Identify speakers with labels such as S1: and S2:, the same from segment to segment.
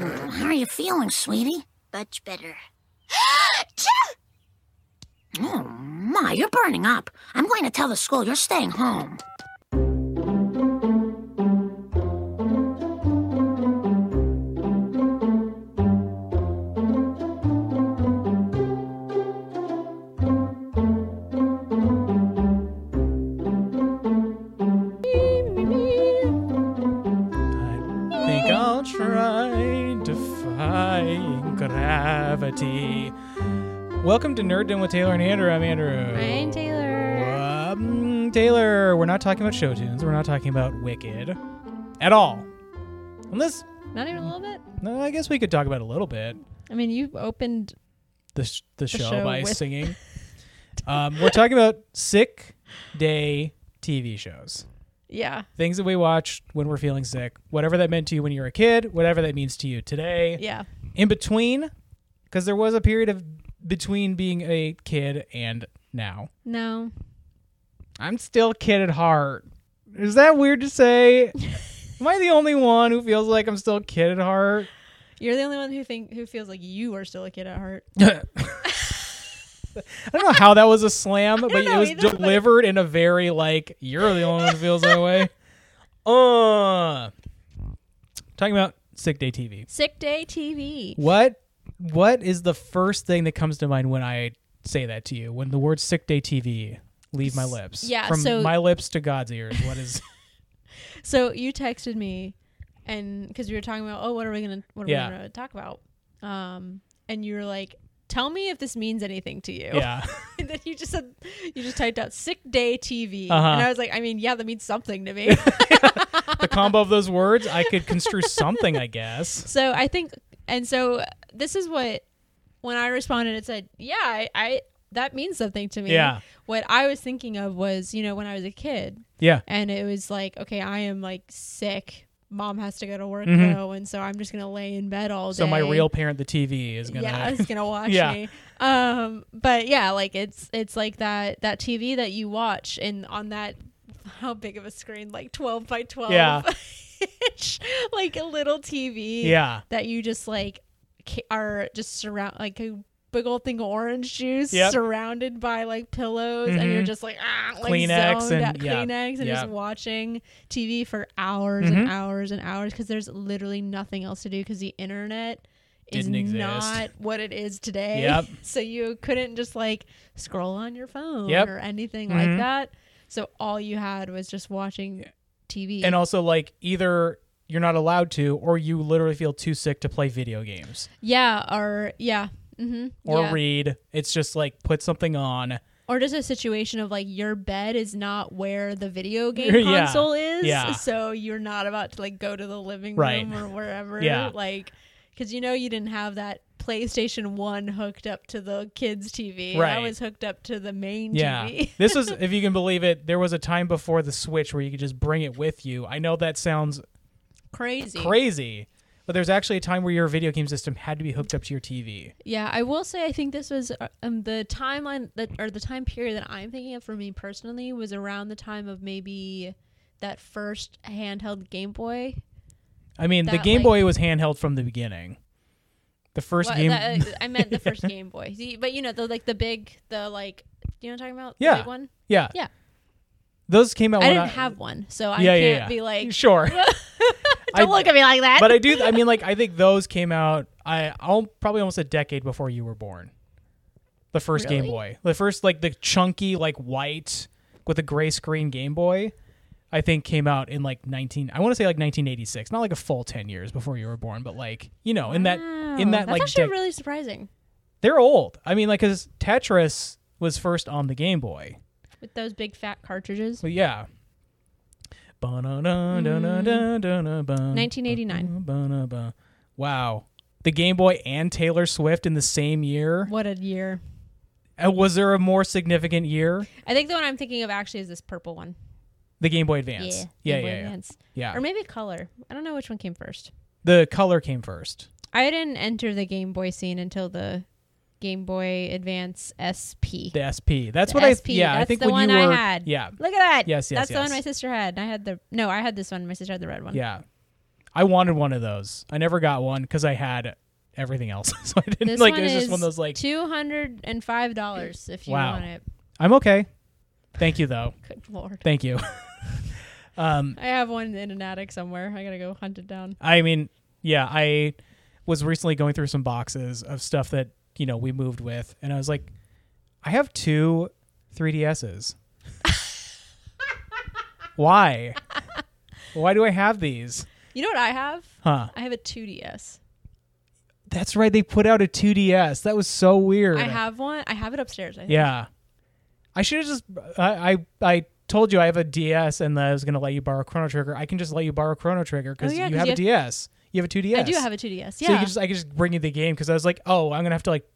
S1: How are you feeling, sweetie?
S2: Much better.
S1: Oh, my, you're burning up. I'm going to tell the school you're staying home.
S3: I think I'll try defying gravity. Welcome to Nerddom with Taylor and Andrew. I'm Andrew.
S4: Ryan Taylor.
S3: Um, Taylor, we're not talking about show tunes. We're not talking about Wicked at all. Unless,
S4: Not even a little bit.
S3: no, I guess we could talk about it a little bit.
S4: I mean, you opened.
S3: the, sh- the, show,
S4: show
S3: by
S4: with-
S3: singing. um, we're talking about sick day TV shows.
S4: Yeah,
S3: Things that we watch when we're feeling sick, whatever that meant to you when you were a kid, whatever that means to you today.
S4: yeah.
S3: In between, because there was a period of between being a kid and now.
S4: No,
S3: I'm still a kid at heart. Is that weird to say? Am I the only one who feels like I'm still a kid at heart?
S4: you're the only one who think who feels like you are still a kid at heart.
S3: I don't know how that was a slam, but it
S4: know
S3: was
S4: either, but-
S3: delivered in a very like you're the only one who feels that way. Uh talking about sick day TV.
S4: Sick day TV.
S3: What what is the first thing that comes to mind when I say that to you? When the word sick day TV leave my lips.
S4: yeah,
S3: From
S4: so-
S3: my lips to God's ears. What is
S4: So you texted me, and because we were talking about, oh, what are we gonna, what are
S3: Yeah.
S4: we gonna talk about? Um, and you were like, tell me if this means anything to you.
S3: Yeah.
S4: and then you just said, you just typed out sick day TV,
S3: Uh-huh.
S4: and I was like, I mean, yeah, that means something to me.
S3: the combo of those words, I could construe something, I guess.
S4: So I think, and so this is what when I responded, it said, "Yeah, I, I that means something to me."
S3: Yeah.
S4: What I was thinking of was, you know, when I was a kid,
S3: Yeah.
S4: and it was like, okay, I am like sick. Mom has to go to work
S3: Mhm.
S4: though, and so I'm just gonna lay in bed all day.
S3: So my real parent, the TV, is gonna
S4: yeah, it's gonna watch
S3: Yeah.
S4: me. Um, but yeah, like it's it's like that that TV that you watch and on that how big of a screen like 12 by 12
S3: Yeah.
S4: inch, like a little TV
S3: Yeah.
S4: that you just like ca- are just surround like a big old thing of orange juice
S3: Yep.
S4: surrounded by like pillows and you're
S3: Mhm.
S4: just like ah like
S3: Kleenex
S4: zoned
S3: and-
S4: out,
S3: yeah,
S4: Kleenex and
S3: yeah.
S4: just watching TV for hours
S3: Mhm.
S4: and hours and hours because there's literally nothing else to do because the internet is
S3: Didn't exist.
S4: not what it is today.
S3: Yep.
S4: so you couldn't just like scroll on your phone
S3: Yep.
S4: or anything
S3: Mhm.
S4: like that. So all you had was just watching TV.
S3: and also like either you're not allowed to or you literally feel too sick to play video games
S4: yeah, or yeah. Mm-hmm.
S3: or
S4: yeah.
S3: read it's just like put something on
S4: or just a situation of like your bed is not where the video
S3: Yeah.
S4: game console is
S3: Yeah.
S4: so you're not about to like go to the living
S3: Right.
S4: room or wherever
S3: Yeah.
S4: like because you know you didn't have that playstation 1 hooked up to the kids tv i
S3: Right.
S4: was hooked up to the main
S3: yeah
S4: tv
S3: this was if you can believe it there was a time before the switch where you could just bring it with you i know that sounds
S4: crazy
S3: crazy but there's actually a time where your video game system had to be hooked up to your tv
S4: yeah i will say i think this was uh, um, the timeline that or the time period that i'm thinking of for me personally was around the time of maybe that first handheld game boy
S3: i mean the
S4: That,
S3: game
S4: like-
S3: boy was handheld from the beginning the first
S4: Well,
S3: game
S4: that- uh, I meant the first Game Boy. See, But you know, the like the big, the like, you know what I'm talking about?
S3: Yeah.
S4: The big one.
S3: yeah
S4: yeah.
S3: those came out
S4: I
S3: when
S4: didn't have one, so I
S3: yeah,
S4: can't
S3: yeah, yeah.
S4: be like,
S3: sure
S4: don't
S3: I-
S4: look at me like that.
S3: but I do. I mean, like, I think those came out. I I'll, probably almost a decade before you were born. The first Game
S4: Really?
S3: Boy, the first like the chunky like white with a gray screen Game Boy, I think came out in like nineteen. I want to say like nineteen eighty six, not like a full ten years before you were born, but like you know in that in that
S4: that's
S3: like
S4: actually
S3: dec-
S4: really surprising
S3: they're old. I mean, like, because Tetris was first on the Game Boy.
S4: with those big fat cartridges.
S3: Well, yeah.
S4: 1989.
S3: 1989. Wow. The Game Boy and Taylor Swift in the same year.
S4: What a year!
S3: Uh, Was there a more significant year?
S4: I think the one I'm thinking of actually is this purple one.
S3: The Game Boy Advance. Yeah,
S4: Game
S3: yeah,
S4: Boy
S3: yeah.
S4: Advance.
S3: yeah.
S4: Or maybe color. I don't know which one came first.
S3: the color came first.
S4: I didn't enter the Game Boy scene until the Game Boy Advance SP.
S3: The SP. That's
S4: The
S3: what
S4: SP,
S3: I. Yeah, I
S4: that's
S3: think
S4: the
S3: when
S4: one
S3: you
S4: I
S3: were.
S4: had.
S3: Yeah,
S4: Look at that.
S3: Yes, yes,
S4: That's the one
S3: yes.
S4: my sister had. and I had the no, I had this one. My sister had the red one.
S3: yeah. I wanted one of those. I never got one because I had everything else, so I didn't
S4: This
S3: like.
S4: one
S3: it was
S4: is
S3: just one of those like.
S4: two hundred and five dollars if you
S3: Wow.
S4: want it.
S3: I'm okay. Thank you though.
S4: Good lord,
S3: Thank you. um,
S4: I have one in an attic somewhere. I gotta go hunt it down.
S3: I mean, yeah, I was recently going through some boxes of stuff that, you know, we moved with and I was like, I have two 3DSs. Why? Why do I have these?
S4: You know what I have?
S3: Huh.
S4: I have a 2DS.
S3: That's right, they put out a 2DS. That was so weird.
S4: I have one. I have it upstairs. I think.
S3: Yeah. I should have just I, I I told you I have a DS and that I was going to let you borrow Chrono Trigger. I can just let you borrow Chrono Trigger cuz
S4: Oh, yeah,
S3: you
S4: 'cause
S3: have
S4: you
S3: a
S4: have-
S3: DS. You have a 2DS.
S4: I do have a 2DS. Yeah.
S3: So you could just I could just bring you the game because I was like, oh, I'm gonna have to like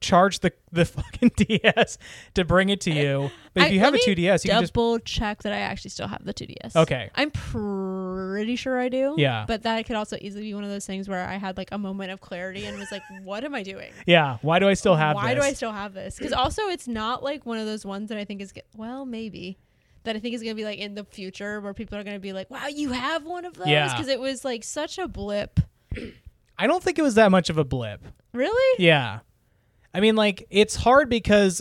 S3: charge the the fucking DS to bring it to you. But if
S4: I-
S3: you have
S4: let
S3: a
S4: me
S3: 2DS, you can just
S4: double check that I actually still have the 2DS.
S3: Okay.
S4: I'm pretty sure I do.
S3: Yeah.
S4: But that could also easily be one of those things where I had like a moment of clarity and was like, what am I doing?
S3: yeah. Why do I still have?
S4: Why
S3: this?
S4: do I still have this? Because also, it's not like one of those ones that I think is, g- well, maybe. That I think is going to be like in the future where people are going to be like, wow, you have one of those?
S3: Yeah.
S4: Because it was like such a blip.
S3: I don't think it was that much of a blip.
S4: Really?
S3: Yeah, I mean, like it's hard because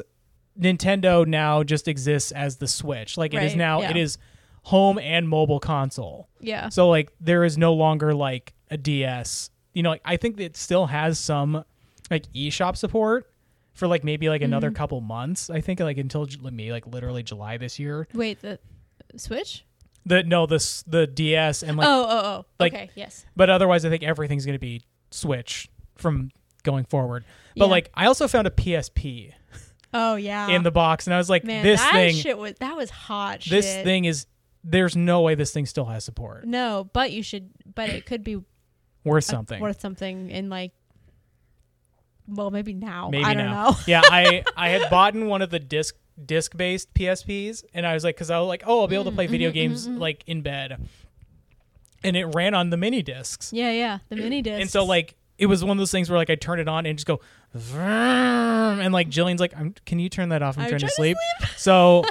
S3: Nintendo now just exists as the Switch. Like it is
S4: Right,
S3: now,
S4: yeah.
S3: it is home and mobile console.
S4: Yeah.
S3: So like there is no longer like a DS. You know, like, I think it still has some like eShop support for like maybe like another
S4: Mm-hmm.
S3: couple months. I think like until Ju- me like literally July this year.
S4: Wait, the Switch?
S3: The no this the DS and like
S4: oh, oh, oh.
S3: like-
S4: okay, yes.
S3: but otherwise I think everything's going to be Switch from going forward. But
S4: Yeah.
S3: like I also found a PSP
S4: Oh, yeah.
S3: in the box and I was like
S4: Man,
S3: this
S4: that
S3: thing
S4: shit was that was hot.
S3: this
S4: shit.
S3: thing is there's no way this thing still has support.
S4: No, but you should. But it could be
S3: Worth
S4: Uh,
S3: something.
S4: worth something in like. Well, maybe now.
S3: Maybe
S4: Oh, I don't
S3: now.
S4: know.
S3: yeah, I I had bought in one of the disc disc based PSPs, and I was like, because I was like, oh, I'll be able
S4: Mm,
S3: to play
S4: mm-hmm,
S3: video games like in bed, and it ran on the mini discs,
S4: yeah, yeah. The mini disc.
S3: and so like it was one of those things where like I turn it on and just go, vroom, and like Jillian's like, I'm, can you turn that off? I'm,
S4: I'm
S3: trying, to
S4: trying
S3: sleep. so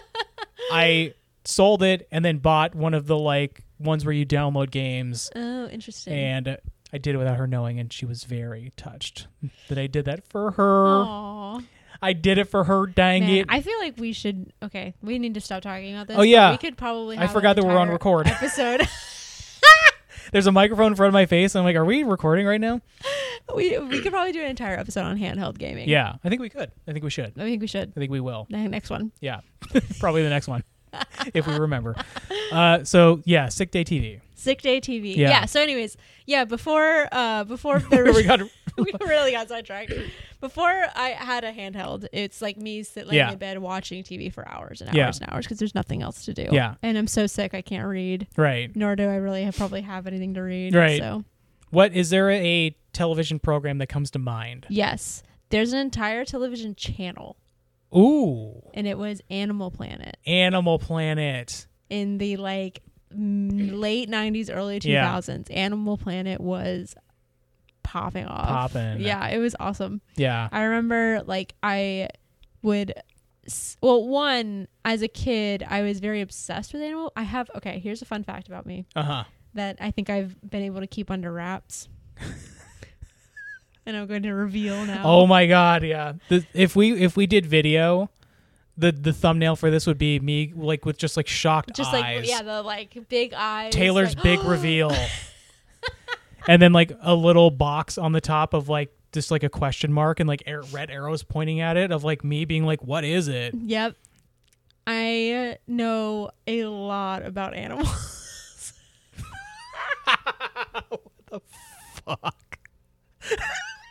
S3: I sold it and then bought one of the like ones where you download games,
S4: Oh, interesting.
S3: and I did it without her knowing, and she was very touched that I did that for her.
S4: Aw.
S3: I did it for her. Dang
S4: Man,
S3: it!
S4: I feel like we should. Okay, we need to stop talking about this.
S3: Oh,
S4: but
S3: yeah.
S4: we could probably.
S3: I
S4: have an
S3: forgot that we're on
S4: entire
S3: record.
S4: Episode.
S3: There's a microphone in front of my face. I'm like, are we recording right now?
S4: we we could probably do an entire episode on handheld gaming.
S3: Yeah, I think we could. I think we should.
S4: I think we should.
S3: I think we will.
S4: Ne- Next one.
S3: Yeah, probably the next one if we remember. Uh, so yeah, sick day TV.
S4: Sick Day TV.
S3: Yeah.
S4: Yeah. So, anyways, yeah. Before, uh, before there
S3: we got.
S4: we really got sidetracked. Before I had a handheld, it's like me sitting
S3: Yeah.
S4: in bed watching TV for hours and hours
S3: Yeah.
S4: and hours because there's nothing else to do.
S3: Yeah.
S4: And I'm so sick I can't read,
S3: Right.
S4: nor do I really have, probably have anything to read.
S3: Right.
S4: So
S3: What is there a television program that comes to mind?
S4: yes, there's an entire television channel,
S3: Ooh,
S4: and it was Animal Planet
S3: Animal Planet.
S4: in the like m- late 90s, early
S3: Yeah.
S4: 2000s. Animal Planet was popping off.
S3: Poppin'.
S4: Yeah, it was awesome.
S3: Yeah.
S4: I remember like I would s- well one as a kid I was very obsessed with animal. I have okay, here's a fun fact about me
S3: Uh huh.
S4: that I think I've been able to keep under wraps. and I'm going to reveal now.
S3: Oh my god. Yeah. The, if we if we did video, the the thumbnail for this would be me like with just like shocked
S4: just
S3: eyes.
S4: like yeah, the like big eyes.
S3: Taylor's
S4: like, "Oh."
S3: big reveal. and then like a little box on the top of like just like a question mark and like air, red arrows pointing at it of like me being like what is it?
S4: Yep. I know a lot about animals.
S3: Fuck.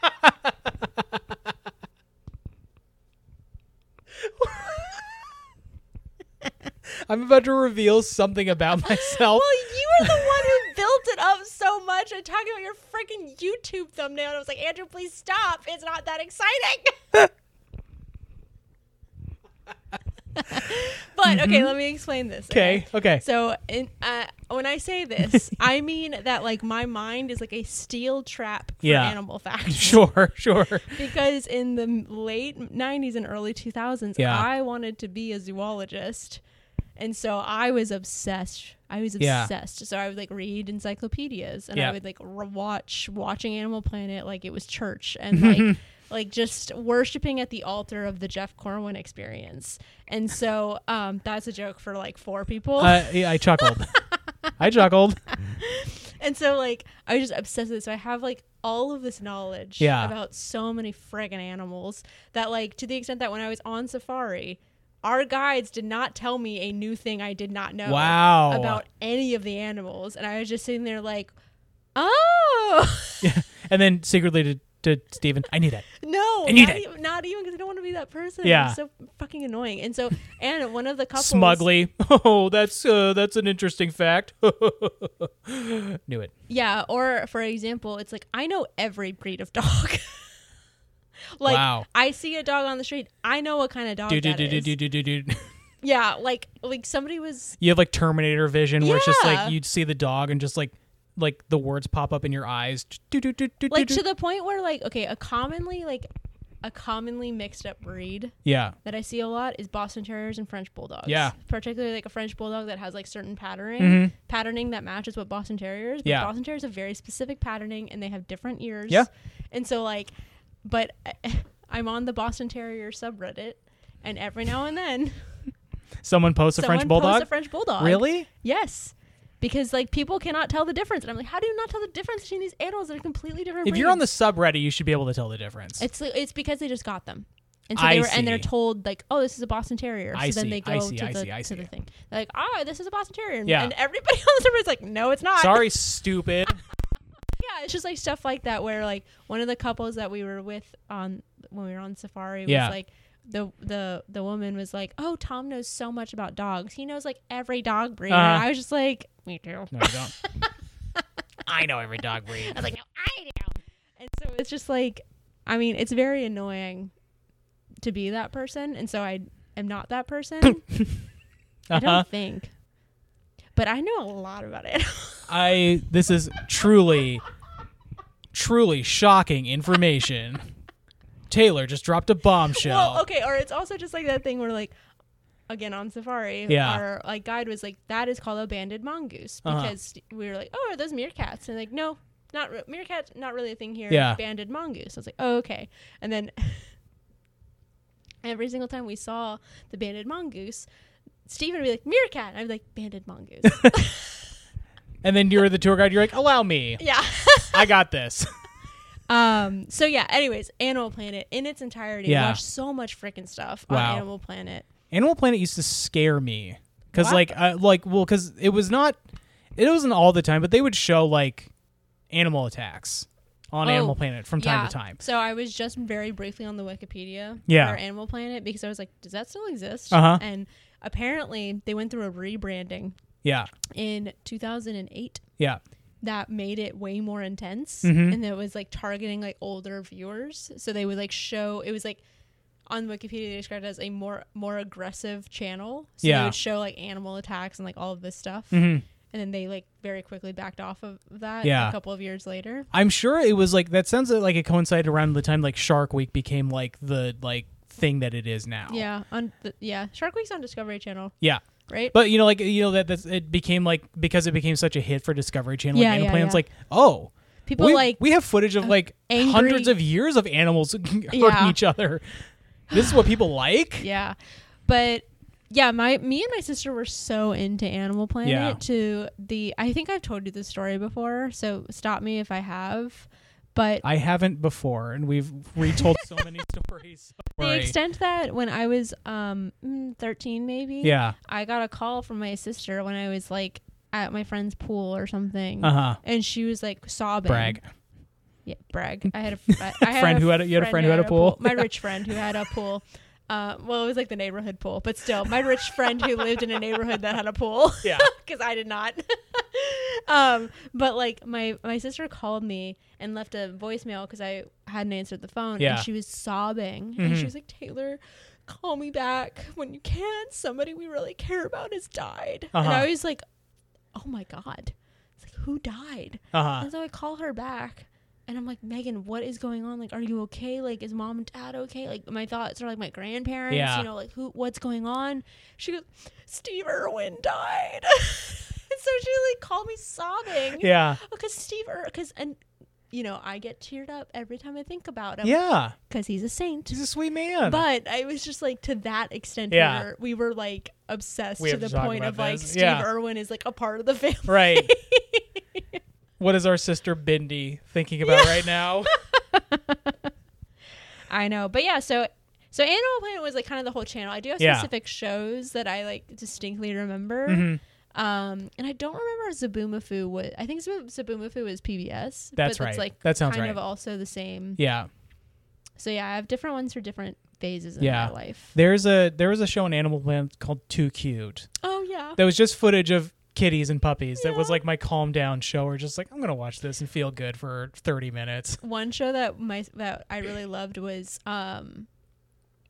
S3: I'm about to reveal something about myself.
S4: well, you were the one who built it up so much and talking about your freaking YouTube thumbnail. And I was like, Andrew, please stop. It's not that exciting. but okay, let me explain this.
S3: Okay, okay.
S4: So, in, uh, when I say this, I mean that like my mind is like a steel trap for
S3: Yeah.
S4: animal facts.
S3: Sure, sure.
S4: Because in the m- late 90s and early 2000s,
S3: Yeah.
S4: I wanted to be a zoologist. And so I was obsessed. I was
S3: Yeah.
S4: obsessed. So I would like read encyclopedias and
S3: Yeah.
S4: I would like re- watch watching Animal Planet like it was church and like like just worshiping at the altar of the Jeff Corwin experience. And so um that's a joke for like four people.
S3: Uh, yeah, I chuckled. I chuckled.
S4: and so like I was just obsessed with it. So I have like all of this knowledge
S3: Yeah.
S4: about so many friggin' animals that like to the extent that when I was on safari, our guides did not tell me a new thing I did not know
S3: Wow.
S4: about any of the animals. And I was just sitting there like, Oh
S3: And then secretly to, to Steven, I knew that.
S4: no,
S3: And you
S4: not,
S3: did.
S4: even, not even because I don't want to be that person.
S3: Yeah.
S4: It's so fucking annoying. And so and one of the couples
S3: Smugly. Oh, that's uh, that's an interesting fact. Knew it.
S4: Yeah, or for example, it's like I know every breed of dog. like
S3: Wow.
S4: I see a dog on the street, I know what kind of dog
S3: Do do
S4: that
S3: do
S4: is.
S3: do do do do do.
S4: Yeah, like like somebody was
S3: You have like Terminator vision, where it's just
S4: Yeah.
S3: like you'd see the dog and just like like the words pop up in your eyes. Do do do do do.
S4: like
S3: do.
S4: to the point where like okay, a commonly like a commonly mixed up breed
S3: Yeah.
S4: that I see a lot is Boston Terriers and French Bulldogs.
S3: Yeah. Mm-hmm.
S4: Particularly like a French Bulldog that has like certain patterning patterning that matches what Boston Terriers. But
S3: Yeah.
S4: Boston Terriers have very specific patterning and they have different ears.
S3: Yeah.
S4: And so like but I'm on the Boston Terrier subreddit and every now and then
S3: Someone posts a
S4: someone
S3: French
S4: posts
S3: bulldog.
S4: a French Bulldog.
S3: Really?
S4: Yes. Because like people cannot tell the difference. And I'm like, how do you not tell the difference between these animals that are completely different?
S3: If you're on the
S4: breeds?
S3: subreddit, you should be able to tell the difference.
S4: It's it's because they just got them. And so
S3: I
S4: they were, and they're
S3: see.
S4: told like, "Oh, this is a Boston Terrier." So
S3: I
S4: then
S3: see,
S4: they go
S3: I see,
S4: to
S3: I
S4: the
S3: see, I
S4: to the
S3: see.
S4: thing. They're like, "Oh, this is a Boston Terrier," and,
S3: Yeah.
S4: and everybody on the server is like, "No, it's not."
S3: Sorry, stupid.
S4: Yeah, it's just like stuff like that where like one of the couples that we were with on when we were on safari
S3: Yeah.
S4: was like the the the woman was like, "Oh, Tom knows so much about dogs. He knows like every dog breed."
S3: Uh-huh.
S4: And I was just like, "Me too."
S3: No, you don't. I know every dog breed.
S4: I was like, no, I do. And so it's just like, I mean, it's very annoying to be that person. And so I am not that person. I
S3: Uh-huh.
S4: don't think. But I know a lot about it.
S3: I this is truly truly shocking information. Taylor just dropped a bombshell.
S4: well, okay. Or it's also just like that thing where, like, again, on Safari,
S3: Yeah.
S4: our like, guide was like, that is called a banded mongoose.
S3: Uh-huh.
S4: Because we were like, oh, are those meerkats? And like, no. Not re- meerkats, not really a thing here.
S3: Yeah.
S4: Banded mongoose. I was like, oh, okay. And then every single time we saw the banded mongoose, Steven would be like, meerkat. And I'd be like, banded mongoose.
S3: And then you're the tour guide, you're like, "Allow me.
S4: yeah.
S3: I got this."
S4: Um. So yeah. Anyways, Animal Planet in its entirety.
S3: Yeah.
S4: I watched so much freaking stuff
S3: Wow.
S4: on Animal Planet.
S3: Animal Planet used to scare me cuz
S4: Wow.
S3: like I, like well cuz it was not it wasn't all the time, but they would show like animal attacks on
S4: Oh,
S3: Animal Planet from time
S4: Yeah.
S3: to time.
S4: So I was just very briefly on the Wikipedia
S3: Yeah.
S4: for Animal Planet because I was like, does that still exist?
S3: Uh-huh.
S4: And apparently they went through a rebranding
S3: Yeah.
S4: in 2008
S3: Yeah.
S4: that made it way more intense
S3: Mm-hmm.
S4: and it was like targeting like older viewers so they would like show it was like on wikipedia they described it as a more more aggressive channel so
S3: Yeah. Mm-hmm.
S4: they would show like animal attacks and like all of this stuff and then they like very quickly backed off of that
S3: Yeah.
S4: a couple of years later
S3: I'm sure it was like that sounds like it coincided around the time like Shark Week became like the like thing that it is now.
S4: yeah on the, yeah shark week's on discovery channel
S3: Yeah.
S4: right
S3: But you know, like you know that that's, it became like because it became such a hit for Discovery Channel.
S4: Yeah,
S3: like, Animal
S4: yeah,
S3: Planet's
S4: yeah.
S3: like, oh,
S4: People,
S3: we,
S4: like, uh,
S3: we have footage of like
S4: angry-
S3: hundreds of years of animals hurting
S4: Yeah.
S3: each other. This is what people like.
S4: yeah but yeah my me and my sister were so into animal planet
S3: Yeah.
S4: to the i think i've told you this story before so stop me if i have but
S3: I haven't before, and we've retold so many stories. Don't
S4: the
S3: worry.
S4: extent that when i was um mm, 13 maybe
S3: yeah.
S4: i got a call from my sister when i was like at my friend's pool or something
S3: Uh huh.
S4: and she was like sobbing
S3: Brag.
S4: Yeah, brag. I had a fr- I had
S3: Friend
S4: a
S3: who had a- you had a friend who had a pool?
S4: My rich friend who had a pool. Uh, well, it was like the neighborhood pool, but still, my rich friend who lived in a neighborhood that had a pool.
S3: Yeah.
S4: because I did not. um, but like my my sister called me and left a voicemail because I hadn't answered the phone,
S3: Yeah. Mm-hmm.
S4: and she was sobbing, and she was like, "Taylor, call me back when you can. Somebody we really care about has died." And
S3: Uh-huh.
S4: I was like, "Oh my god." It's like, Who died?
S3: Uh huh.
S4: And so I call her back And I'm like, Megan, what is going on? Like, are you okay? Like, is mom and dad okay? Like, my thoughts are like my grandparents.
S3: Yeah.
S4: You know, like who? What's going on? She goes, Steve Irwin died. and so she like called me sobbing.
S3: Yeah.
S4: Because Steve, because and you know, I get teared up every time I think about him.
S3: Yeah.
S4: Because he's a saint.
S3: He's a sweet man.
S4: But I was just like to that extent.
S3: Yeah.
S4: We, were, we were like obsessed
S3: We
S4: to
S3: have
S4: the
S3: to talk
S4: point
S3: about
S4: of like
S3: this.
S4: Steve
S3: Yeah.
S4: Irwin is like a part of the family.
S3: right. what is our sister Bindi thinking about right now?
S4: I know, but yeah. So so Animal Planet was like kind of the whole channel. I do have
S3: Yeah. Mm-hmm.
S4: specific shows that I like distinctly remember. Um, and I don't remember Zaboomafoo was. I think Zaboom- Zaboomafoo is PBS. That's but
S3: That's
S4: That's
S3: right.
S4: like
S3: That sounds
S4: kind
S3: right.
S4: of also the same.
S3: yeah.
S4: So yeah, I have different ones for different phases in
S3: Yeah.
S4: my life.
S3: There's a there was a show on Animal Planet called Too Cute
S4: Oh yeah.
S3: that was just footage of kitties and puppies. That was
S4: Yeah.
S3: like my calm down show. Or just like I'm gonna watch this and feel good for 30 minutes.
S4: One show that my that I really loved was um,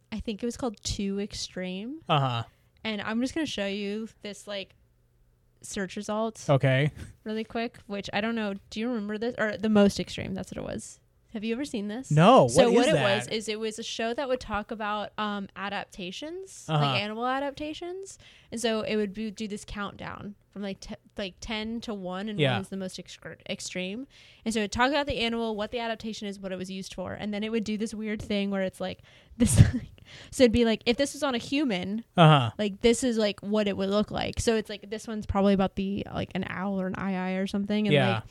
S4: I think it was called Too Extreme,
S3: Uh huh.
S4: and I'm just gonna show you this like search results.
S3: Okay.
S4: really quick, which I don't know. Do you remember this? Or the most extreme? That's what it was. Have you ever seen this?
S3: No. What
S4: so
S3: is
S4: what it
S3: that?
S4: was is it was a show that would talk about um, adaptations,
S3: Uh-huh.
S4: like animal adaptations, and so it would be, do this countdown from like te- like ten to one, and
S3: Yeah.
S4: one is the most ex- extreme. And so it would talk about the animal, what the adaptation is, what it was used for, and then it would do this weird thing where it's like this. so it'd be like if this was on a human,
S3: uh huh.
S4: like this is like what it would look like. So it's like this one's probably about the like an owl or an eye eye or something. And
S3: Yeah.
S4: like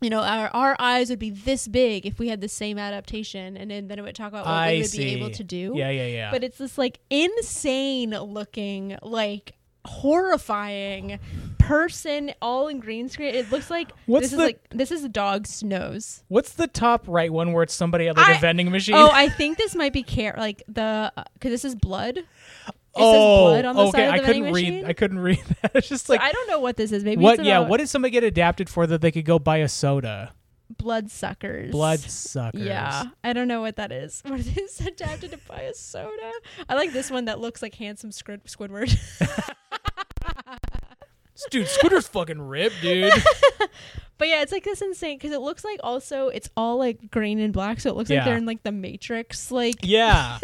S4: you know, our our eyes would be this big if we had the same adaptation and then, then it would talk about what
S3: I
S4: we would
S3: see.
S4: be able to do.
S3: Yeah. Yeah. Yeah.
S4: But it's this like insane looking, like horrifying person all in green screen. It looks like
S3: What's
S4: this
S3: the-
S4: is like this is a dog's nose.
S3: What's the top right one where it's somebody at like a
S4: I-
S3: vending machine?
S4: Oh, I think this might be care like the because this is blood. It
S3: Oh,
S4: says blood on the
S3: okay.
S4: side of
S3: I
S4: the
S3: couldn't
S4: vending
S3: read.
S4: machine.
S3: I couldn't read that. It's just like
S4: I don't know what this is. Maybe
S3: what?
S4: It's
S3: Yeah.
S4: about
S3: What did somebody get adapted for that they could go buy a soda?
S4: blood suckers?
S3: Blood suckers.
S4: Yeah, I don't know what that is. What is adapted to buy a soda? I like this one that looks like handsome Squid- Squidward.
S3: dude. Scooter's fucking ripped, dude.
S4: but yeah, it's like this insane because it looks like also it's all like green and black, so it looks
S3: Yeah.
S4: like they're in like the Matrix. Like
S3: yeah.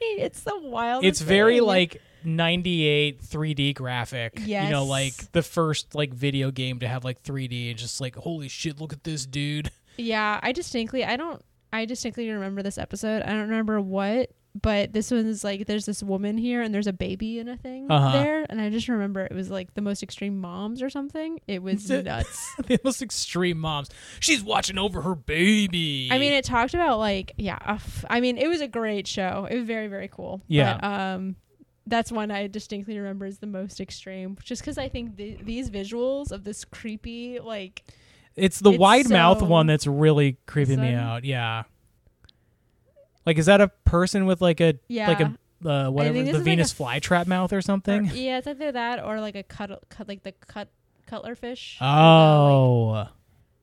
S4: it's the wild.
S3: It's very like. 98 3D graphic. You know,
S4: Yes.
S3: like the first like video game to have like 3D and just like holy shit, look at this dude.
S4: Yeah, I distinctly I don't I distinctly remember this episode. I don't remember what, but this one's like there's this woman here and there's a baby and a thing
S3: Uh-huh.
S4: there, and I just remember it was like the most extreme moms or something. It was
S3: Is it-
S4: nuts.
S3: the most extreme moms. She's watching over her baby.
S4: I mean, it talked about like yeah. uh, f- I mean, it was a great show. It was very very cool.
S3: Yeah.
S4: But, um, that's one I distinctly remember is the most extreme, just because I think th- these visuals of this creepy like
S3: It's the
S4: It's
S3: wide mouth
S4: so-
S3: one that's really creeping me
S4: Is that-
S3: out. Yeah. Like, is that a person with like a
S4: yeah
S3: like a uh, whatever
S4: think this
S3: the
S4: is like
S3: Venus
S4: a f-
S3: flytrap mouth or
S4: Or-
S3: something?
S4: yeah, it's either that or like a cut, cut like the cut cutler fish. Like,
S3: Oh,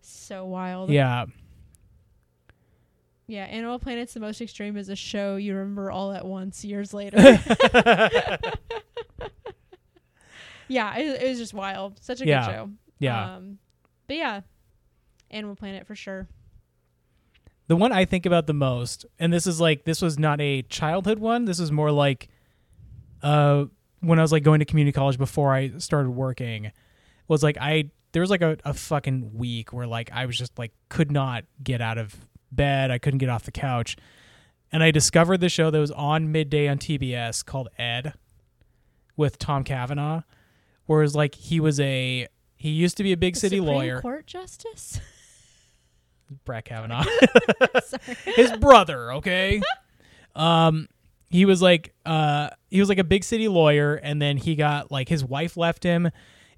S4: so wild.
S3: Uh, yeah.
S4: yeah. Animal Planet's the most extreme is a show you remember all at once years later. yeah, it, it was just wild. Such a
S3: Yeah.
S4: good show.
S3: Yeah.
S4: Um, but yeah, Animal Planet for sure.
S3: the one I think about the most, and this is like this was not a childhood one. This was more like uh when I was like going to community college before I started working was like I there was like a, a fucking week where like I was just like could not get out of bed. I couldn't get off the couch. And I discovered the show that was on midday on TBS called Ed with Tom Cavanaugh, whereas like he was a he used to be a big
S4: The
S3: city
S4: Supreme
S3: lawyer,
S4: Court Justice?
S3: Brett Kavanaugh.
S4: Sorry.
S3: his brother okay um he was like uh he was like a big city lawyer and then he got like his wife left him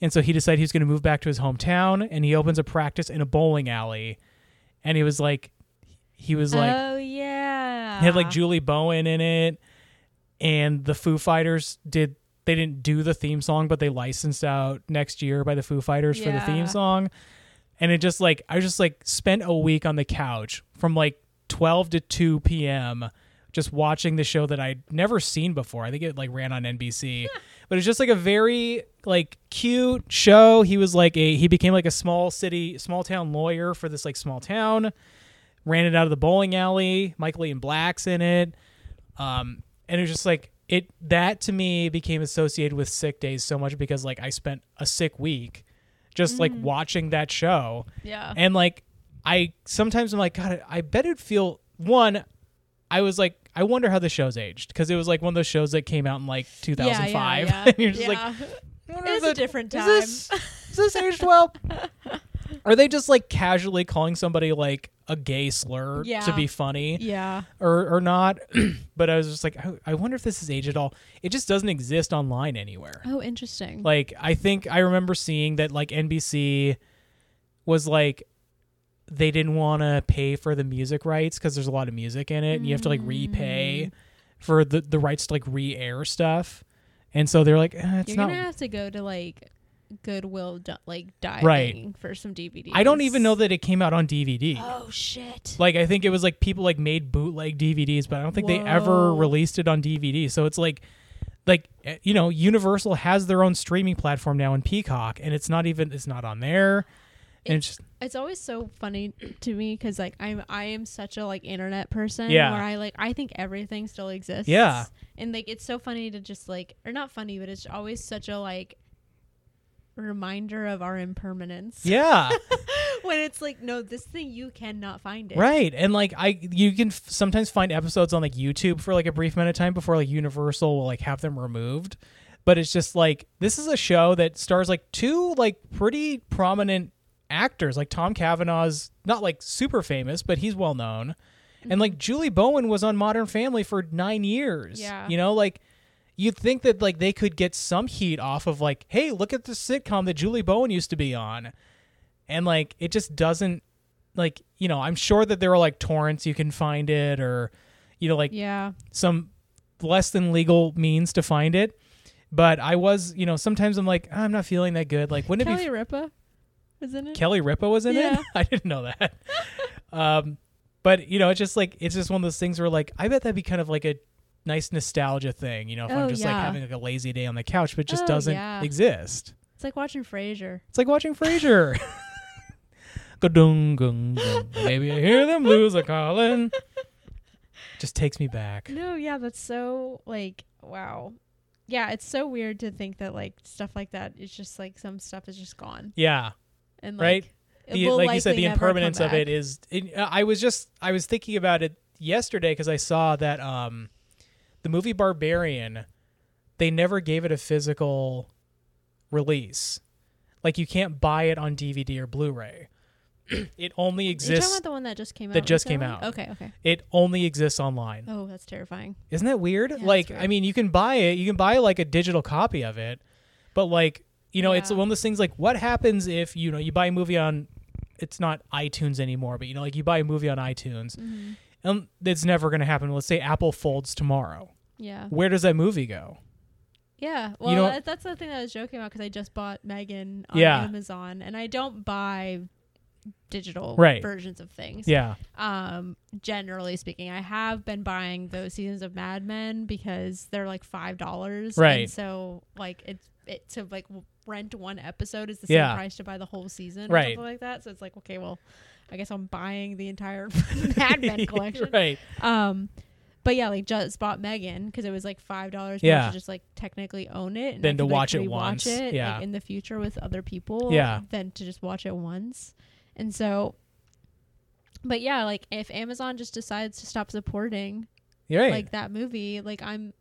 S3: and so he decided he was going to move back to his hometown and he opens a practice in a bowling alley and he was like he was like
S4: oh, yeah.
S3: it had like Julie Bowen in it, and the Foo Fighters did. They didn't do the theme song, but they licensed out next year by the Foo Fighters for the
S4: Yeah.
S3: theme song. And it just like I just like spent a week on the couch from like twelve to two p.m. just watching the show that I'd never seen before. I think it like ran on NBC, but it's just like a very like cute show. He was like a he became like a small city, small town lawyer for this like small town. Ran it out of the bowling alley. Michael Ian Black's in it, um, and it was just like it that to me became associated with sick days so much because like I spent a sick week just
S4: Mm.
S3: like watching that show
S4: Yeah.
S3: and like I sometimes I'm like, God, I bet it'd feel one. I was like, I wonder how the show's aged because it was like one of those shows that came out in like 2005.
S4: Yeah, yeah,
S3: and you're just like,
S4: Yeah.
S3: I wonder if
S4: It was a
S3: that-
S4: different
S3: Is this, is this aged well? Are they just like casually calling somebody like a gay slur to
S4: Yeah.
S3: be funny?
S4: yeah.
S3: or or not. but I was just like, "Oh, I, I wonder if this is age at all. It just doesn't exist online anywhere.
S4: Oh, interesting.
S3: Like I think I remember seeing that like NBC was like they didn't want to pay for the music rights because there's a lot of music in it, and you have to like repay
S4: Mm.
S3: for the the rights to like re-air stuff. And so they're like, eh, it's
S4: You're
S3: not.
S4: gonna have to go to like Goodwill, di- like diving for some DVDs.
S3: I don't even know that it came out on DVD.
S4: Oh shit.
S3: Like I think it was like people like made bootleg DVDs, but I don't think they ever
S4: Whoa.
S3: released it on DVD. So it's like like eh, you know, Universal has their own streaming platform now in Peacock and it's not even it's not on there. And it's just
S4: It's always so funny to me because like I'm I am such a like internet person.
S3: Yeah.
S4: Where I like I think everything still exists.
S3: Yeah.
S4: And like it's so funny to just like or not funny, but it's always such a like reminder of our impermanence.
S3: yeah,
S4: when it's like no, this thing you cannot find it.
S3: right. And like I you can f- sometimes find episodes on like YouTube for like a brief amount of time before like Universal will like have them removed. But it's just like this is a show that stars like two like pretty prominent actors. Like Tom Cavanaugh's not like super famous, but he's well known. And
S4: Mm-hmm.
S3: like Julie Bowen was on Modern Family for nine years.
S4: Yeah.
S3: You know, like you'd think that like they could get some heat off of like, hey, look at the sitcom that Julie Bowen used to be on. And like it just doesn't like, you know, I'm sure that there are like torrents you can find it or you know, like
S4: Yeah.
S3: some less than legal means to find it. But I was, you know, sometimes I'm like, I'm not feeling that good. Like, wouldn't it be
S4: Kelly Ripa, isn't it?
S3: Kelly Ripa was in it.
S4: Yeah.
S3: I didn't know that. um, but you know, it's just like it's just one of those things where like I bet that'd be kind of like a nice nostalgia thing. You know, if
S4: Oh,
S3: I'm just like
S4: yeah.
S3: having like a lazy day on the couch, but it just
S4: Oh,
S3: doesn't
S4: yeah.
S3: exist.
S4: It's like watching Frasier.
S3: It's like watching Frasier. Ga-dung, gung, gung. Maybe I hear them blues a calling. Just takes me back.
S4: No, yeah, that's so like wow. Yeah, it's so weird to think that like stuff like that is just like some stuff is just gone
S3: Yeah.
S4: and like,
S3: Right?
S4: it
S3: the,
S4: will
S3: like you said,
S4: likely
S3: the
S4: never come
S3: impermanence of it
S4: back.
S3: is. It, uh, I was just I was thinking about it yesterday because I saw that um, the movie Barbarian, they never gave it a physical release, like you can't buy it on DVD or Blu-ray. it only
S4: You're talking
S3: exists.
S4: about the one that just came out.
S3: that just
S4: recently?
S3: came out.
S4: Okay, okay.
S3: It only exists online.
S4: Oh, that's terrifying.
S3: Isn't that weird?
S4: it's
S3: like, I
S4: weird.
S3: mean, you can buy it. You can buy like a digital copy of it, but like, you know, it's
S4: Yeah.
S3: one of those things. Like, what happens if you know you buy a movie on? It's not iTunes anymore, but you know, like you buy a movie on iTunes,
S4: Mm-hmm.
S3: and it's never going to happen. Let's say Apple folds tomorrow.
S4: Yeah,
S3: Where does that movie go?
S4: yeah. Well,
S3: know-
S4: that, that's the thing that I was joking about because I just bought Megan on
S3: Yeah.
S4: Amazon, and I don't buy digital
S3: Right.
S4: versions of things.
S3: Yeah,
S4: um generally speaking i have been buying those seasons of mad men because they're like five dollars
S3: Right.
S4: and so like it's it to like w- rent one episode is the
S3: Yeah.
S4: same price to buy the whole season or
S3: Right.
S4: something like that so it's like okay well i guess i'm buying the entire mad men collection
S3: right?
S4: um but yeah like just bought megan because it was like five dollars
S3: Yeah.
S4: to just like technically own it and
S3: Than
S4: I
S3: to
S4: could, like,
S3: watch it
S4: rewatch
S3: once.
S4: it, like,
S3: Yeah.
S4: in the future with other people
S3: Yeah.
S4: than to just watch it once and so but yeah like if amazon just decides to stop supporting
S3: You're right.
S4: like that movie like i'm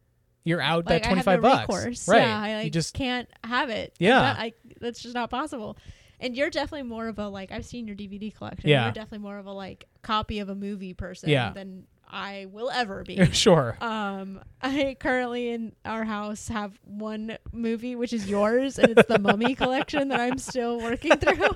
S3: You're out
S4: like
S3: that
S4: i
S3: twenty
S4: have no
S3: five bucks,
S4: recourse
S3: right?
S4: yeah i like
S3: you just
S4: can't have it
S3: Yeah.
S4: That- I, that's just not possible and you're definitely more of a like i've seen your dvd collection
S3: Yeah.
S4: you're definitely more of a like copy of a movie person
S3: Yeah.
S4: than i will ever be
S3: sure.
S4: um, I currently in our house have one movie, which is yours, and it's the Mummy collection that I'm still working through.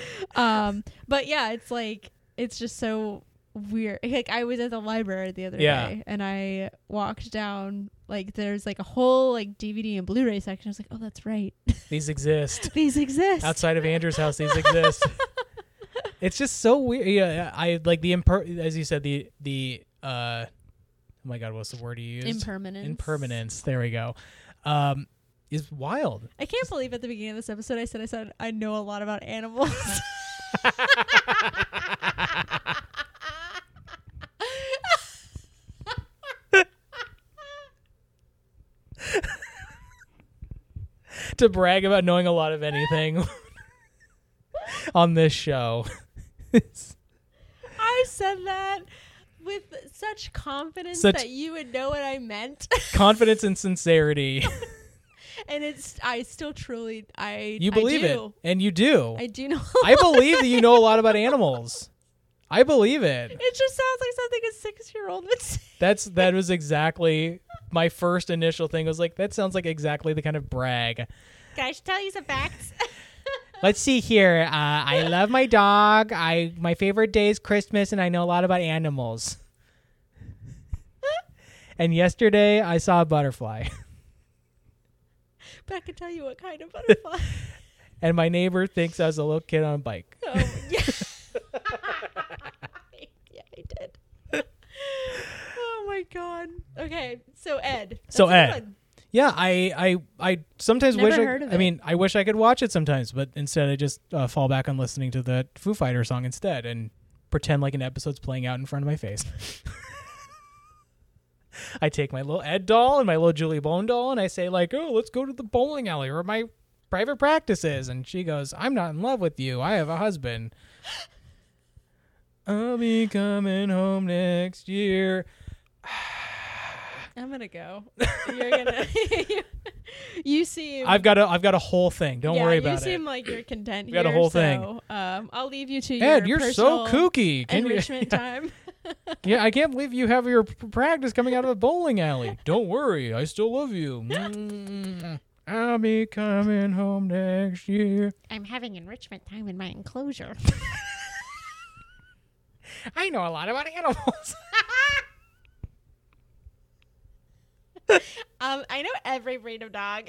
S4: um, but yeah, it's like it's just so weird. Like I was at the library the other
S3: Yeah.
S4: day, and I walked down like there's like a whole like DVD and Blu-ray section. I was like, oh, that's right,
S3: These exist.
S4: these exist.
S3: outside of Andrew's house these exist. it's just so weird. Yeah, I like the imper- as you said the the uh, oh my god, what's the word you used?
S4: Impermanence.
S3: Impermanence. There we go. Um, is wild.
S4: I can't believe at the beginning of this episode I said I said I know a lot about animals.
S3: to brag about knowing a lot of anything on this show.
S4: I said that with such confidence
S3: Such-
S4: that you would know what I meant.
S3: Confidence and sincerity.
S4: and it's I still truly I
S3: You
S4: I
S3: believe
S4: do.
S3: it, and you do.
S4: I do know.
S3: I believe that you know a lot about animals. I believe it.
S4: it just sounds like something a 6-year-old would say.
S3: That's that was exactly my first initial thing was like that sounds like exactly the kind of brag.
S4: Can I tell you some facts?
S3: Let's see here. Uh, I love my dog. I my favorite day is Christmas, and I know a lot about animals. And yesterday I saw a butterfly,
S4: but I can tell you what kind of butterfly.
S3: and my neighbor thinks I was a little kid on a bike.
S4: oh, yeah. yeah, I did. oh my god. Okay, so Ed. That's
S3: So
S4: a good
S3: Ed.
S4: one.
S3: Yeah, I I I sometimes
S4: Never
S3: wish
S4: heard
S3: I,
S4: of
S3: I
S4: it.
S3: mean, I wish I could watch it sometimes, but instead I just uh, fall back on listening to the Foo Fighter song instead and pretend like an episode's playing out in front of my face. I take my little Ed doll and my little Julie Bone doll and I say like, "Oh, let's go to the bowling alley where my private practice is." And she goes, "I'm not in love with you. I have a husband." I'll be coming home next year.
S4: I'm gonna go. You're gonna. you seem.
S3: I've got a I've got a whole thing. Don't
S4: yeah,
S3: worry
S4: you
S3: about it.
S4: seem like you're content.
S3: We got a
S4: here,
S3: whole thing.
S4: so, Um, I'll leave you to
S3: Ed,
S4: your
S3: you're so
S4: personal
S3: kooky. Can you,
S4: Enrichment time.
S3: yeah, I can't believe you have your p- practice coming out of a bowling alley. Don't worry, I still love you. Mm. I'll be coming home next year.
S1: I'm having enrichment time in my enclosure.
S3: I know a lot about animals.
S4: Um, I know every breed of dog.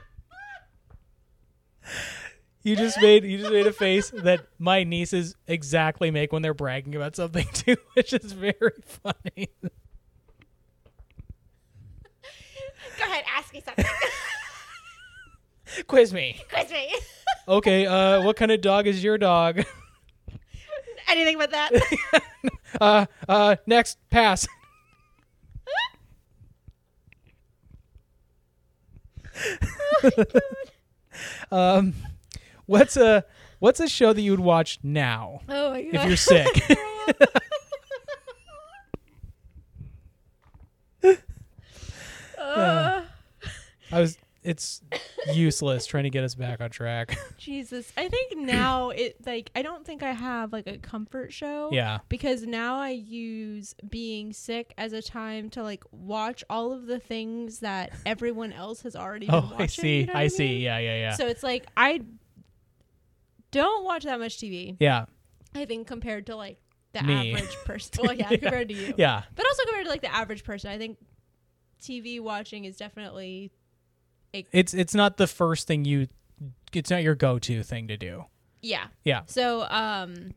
S3: you just made you just made a face that my nieces exactly make when they're bragging about something too, which is very funny.
S1: Go ahead, ask me something.
S3: Quiz me.
S1: Quiz me.
S3: Okay, uh, what kind of dog is your dog?
S4: Anything but that.
S3: Uh, uh, next pass. um, what's a what's a show that you would watch now
S4: oh my
S3: if
S4: god.
S3: you're sick?
S4: Uh,
S3: I was. It's useless trying to get us back on track.
S4: Jesus, I think now it like I don't think I have like a comfort show.
S3: yeah.
S4: because now I use being sick as a time to like watch all of the things that everyone else has already been
S3: Oh,
S4: watching.
S3: I see.
S4: you know what
S3: I see.
S4: mean?
S3: Yeah. Yeah. Yeah.
S4: So it's like I don't watch that much TV.
S3: yeah.
S4: I think compared to like the
S3: Me.
S4: average person. Well, yeah,
S3: Yeah.
S4: compared to you.
S3: Yeah.
S4: But also compared to like the average person, I think TV watching is definitely
S3: It's it's not the first thing you. It's not your go-to thing to do.
S4: yeah.
S3: Yeah.
S4: So um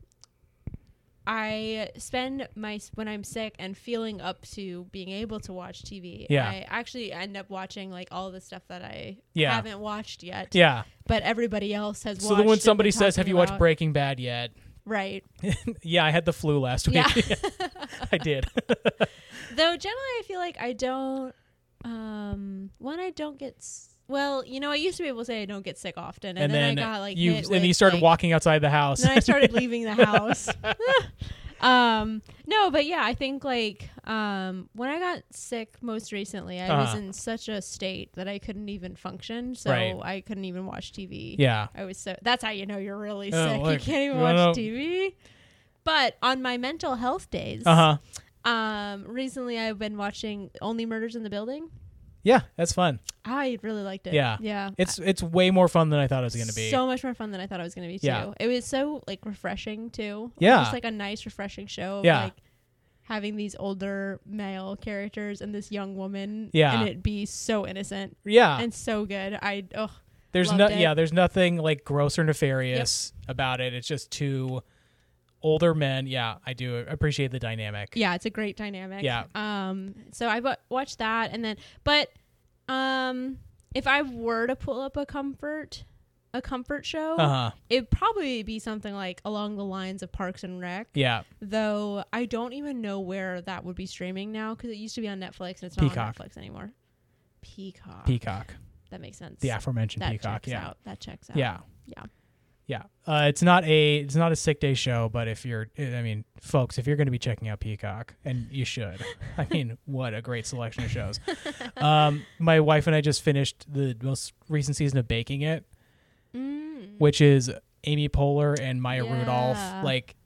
S4: I spend my when I'm sick and feeling up to being able to watch TV.
S3: Yeah.
S4: I actually end up watching like all the stuff that I
S3: Yeah.
S4: haven't watched yet.
S3: Yeah.
S4: But everybody else has
S3: So
S4: watched.
S3: then when
S4: and
S3: somebody
S4: been
S3: says, "Have
S4: talking
S3: you watched
S4: about-
S3: Breaking Bad yet?"
S4: Right.
S3: yeah, I had the flu last week.
S4: Yeah.
S3: I did.
S4: Though generally I feel like I don't um when I don't get s- well, you know, I used to be able to say I don't get sick often
S3: and,
S4: and, then,
S3: then,
S4: I got like
S3: you
S4: hit
S3: and
S4: with,
S3: you started
S4: like,
S3: walking outside the house.
S4: then I started leaving the house. um, no, but yeah, I think like um, when I got sick most recently, I was
S3: Uh-huh.
S4: in such a state that I couldn't even function, so
S3: Right.
S4: I couldn't even watch TV.
S3: yeah.
S4: I was so that's how you know you're really
S3: Oh,
S4: sick.
S3: like,
S4: you can't even
S3: you wanna-
S4: watch TV. But on my mental health days,
S3: Uh huh.
S4: um, recently I've been watching Only Murders in the Building.
S3: Yeah, that's fun.
S4: I really liked it.
S3: Yeah.
S4: yeah.
S3: It's it's way more fun than I thought it was gonna be.
S4: so much more fun than I thought it was gonna be too.
S3: Yeah.
S4: It was so like refreshing too. It was
S3: Yeah.
S4: just like a nice refreshing show. Of,
S3: Yeah.
S4: like having these older male characters and this young woman.
S3: Yeah. Uh.
S4: and it be so innocent
S3: yeah.
S4: and so good. I oh
S3: there's
S4: loved
S3: no
S4: it.
S3: yeah, there's nothing like gross or nefarious about it. It's just two older men. Yeah, I do appreciate the dynamic.
S4: Yeah, it's a great dynamic.
S3: Yeah.
S4: Um. So I wa- watched that, and then, but, um, if I were to pull up a comfort, a comfort show,
S3: Uh-huh.
S4: it'd probably be something like along the lines of Parks and Rec.
S3: Yeah.
S4: Though I don't even know where that would be streaming now because it used to be on Netflix and it's not
S3: Peacock.
S4: on Netflix anymore. Peacock.
S3: Peacock.
S4: That makes sense.
S3: The aforementioned
S4: That
S3: Peacock.
S4: checks
S3: Yeah.
S4: out. That checks out.
S3: Yeah.
S4: Yeah.
S3: Yeah. Uh, it's not a it's not a sick day show, but if you're eh, I mean, folks, if you're going to be checking out Peacock, and you should. I mean, what a great selection of shows. Um, my wife and I just finished the most recent season of Baking It,
S4: Mm.
S3: which is Amy Poehler and Maya
S4: Yeah.
S3: Rudolph like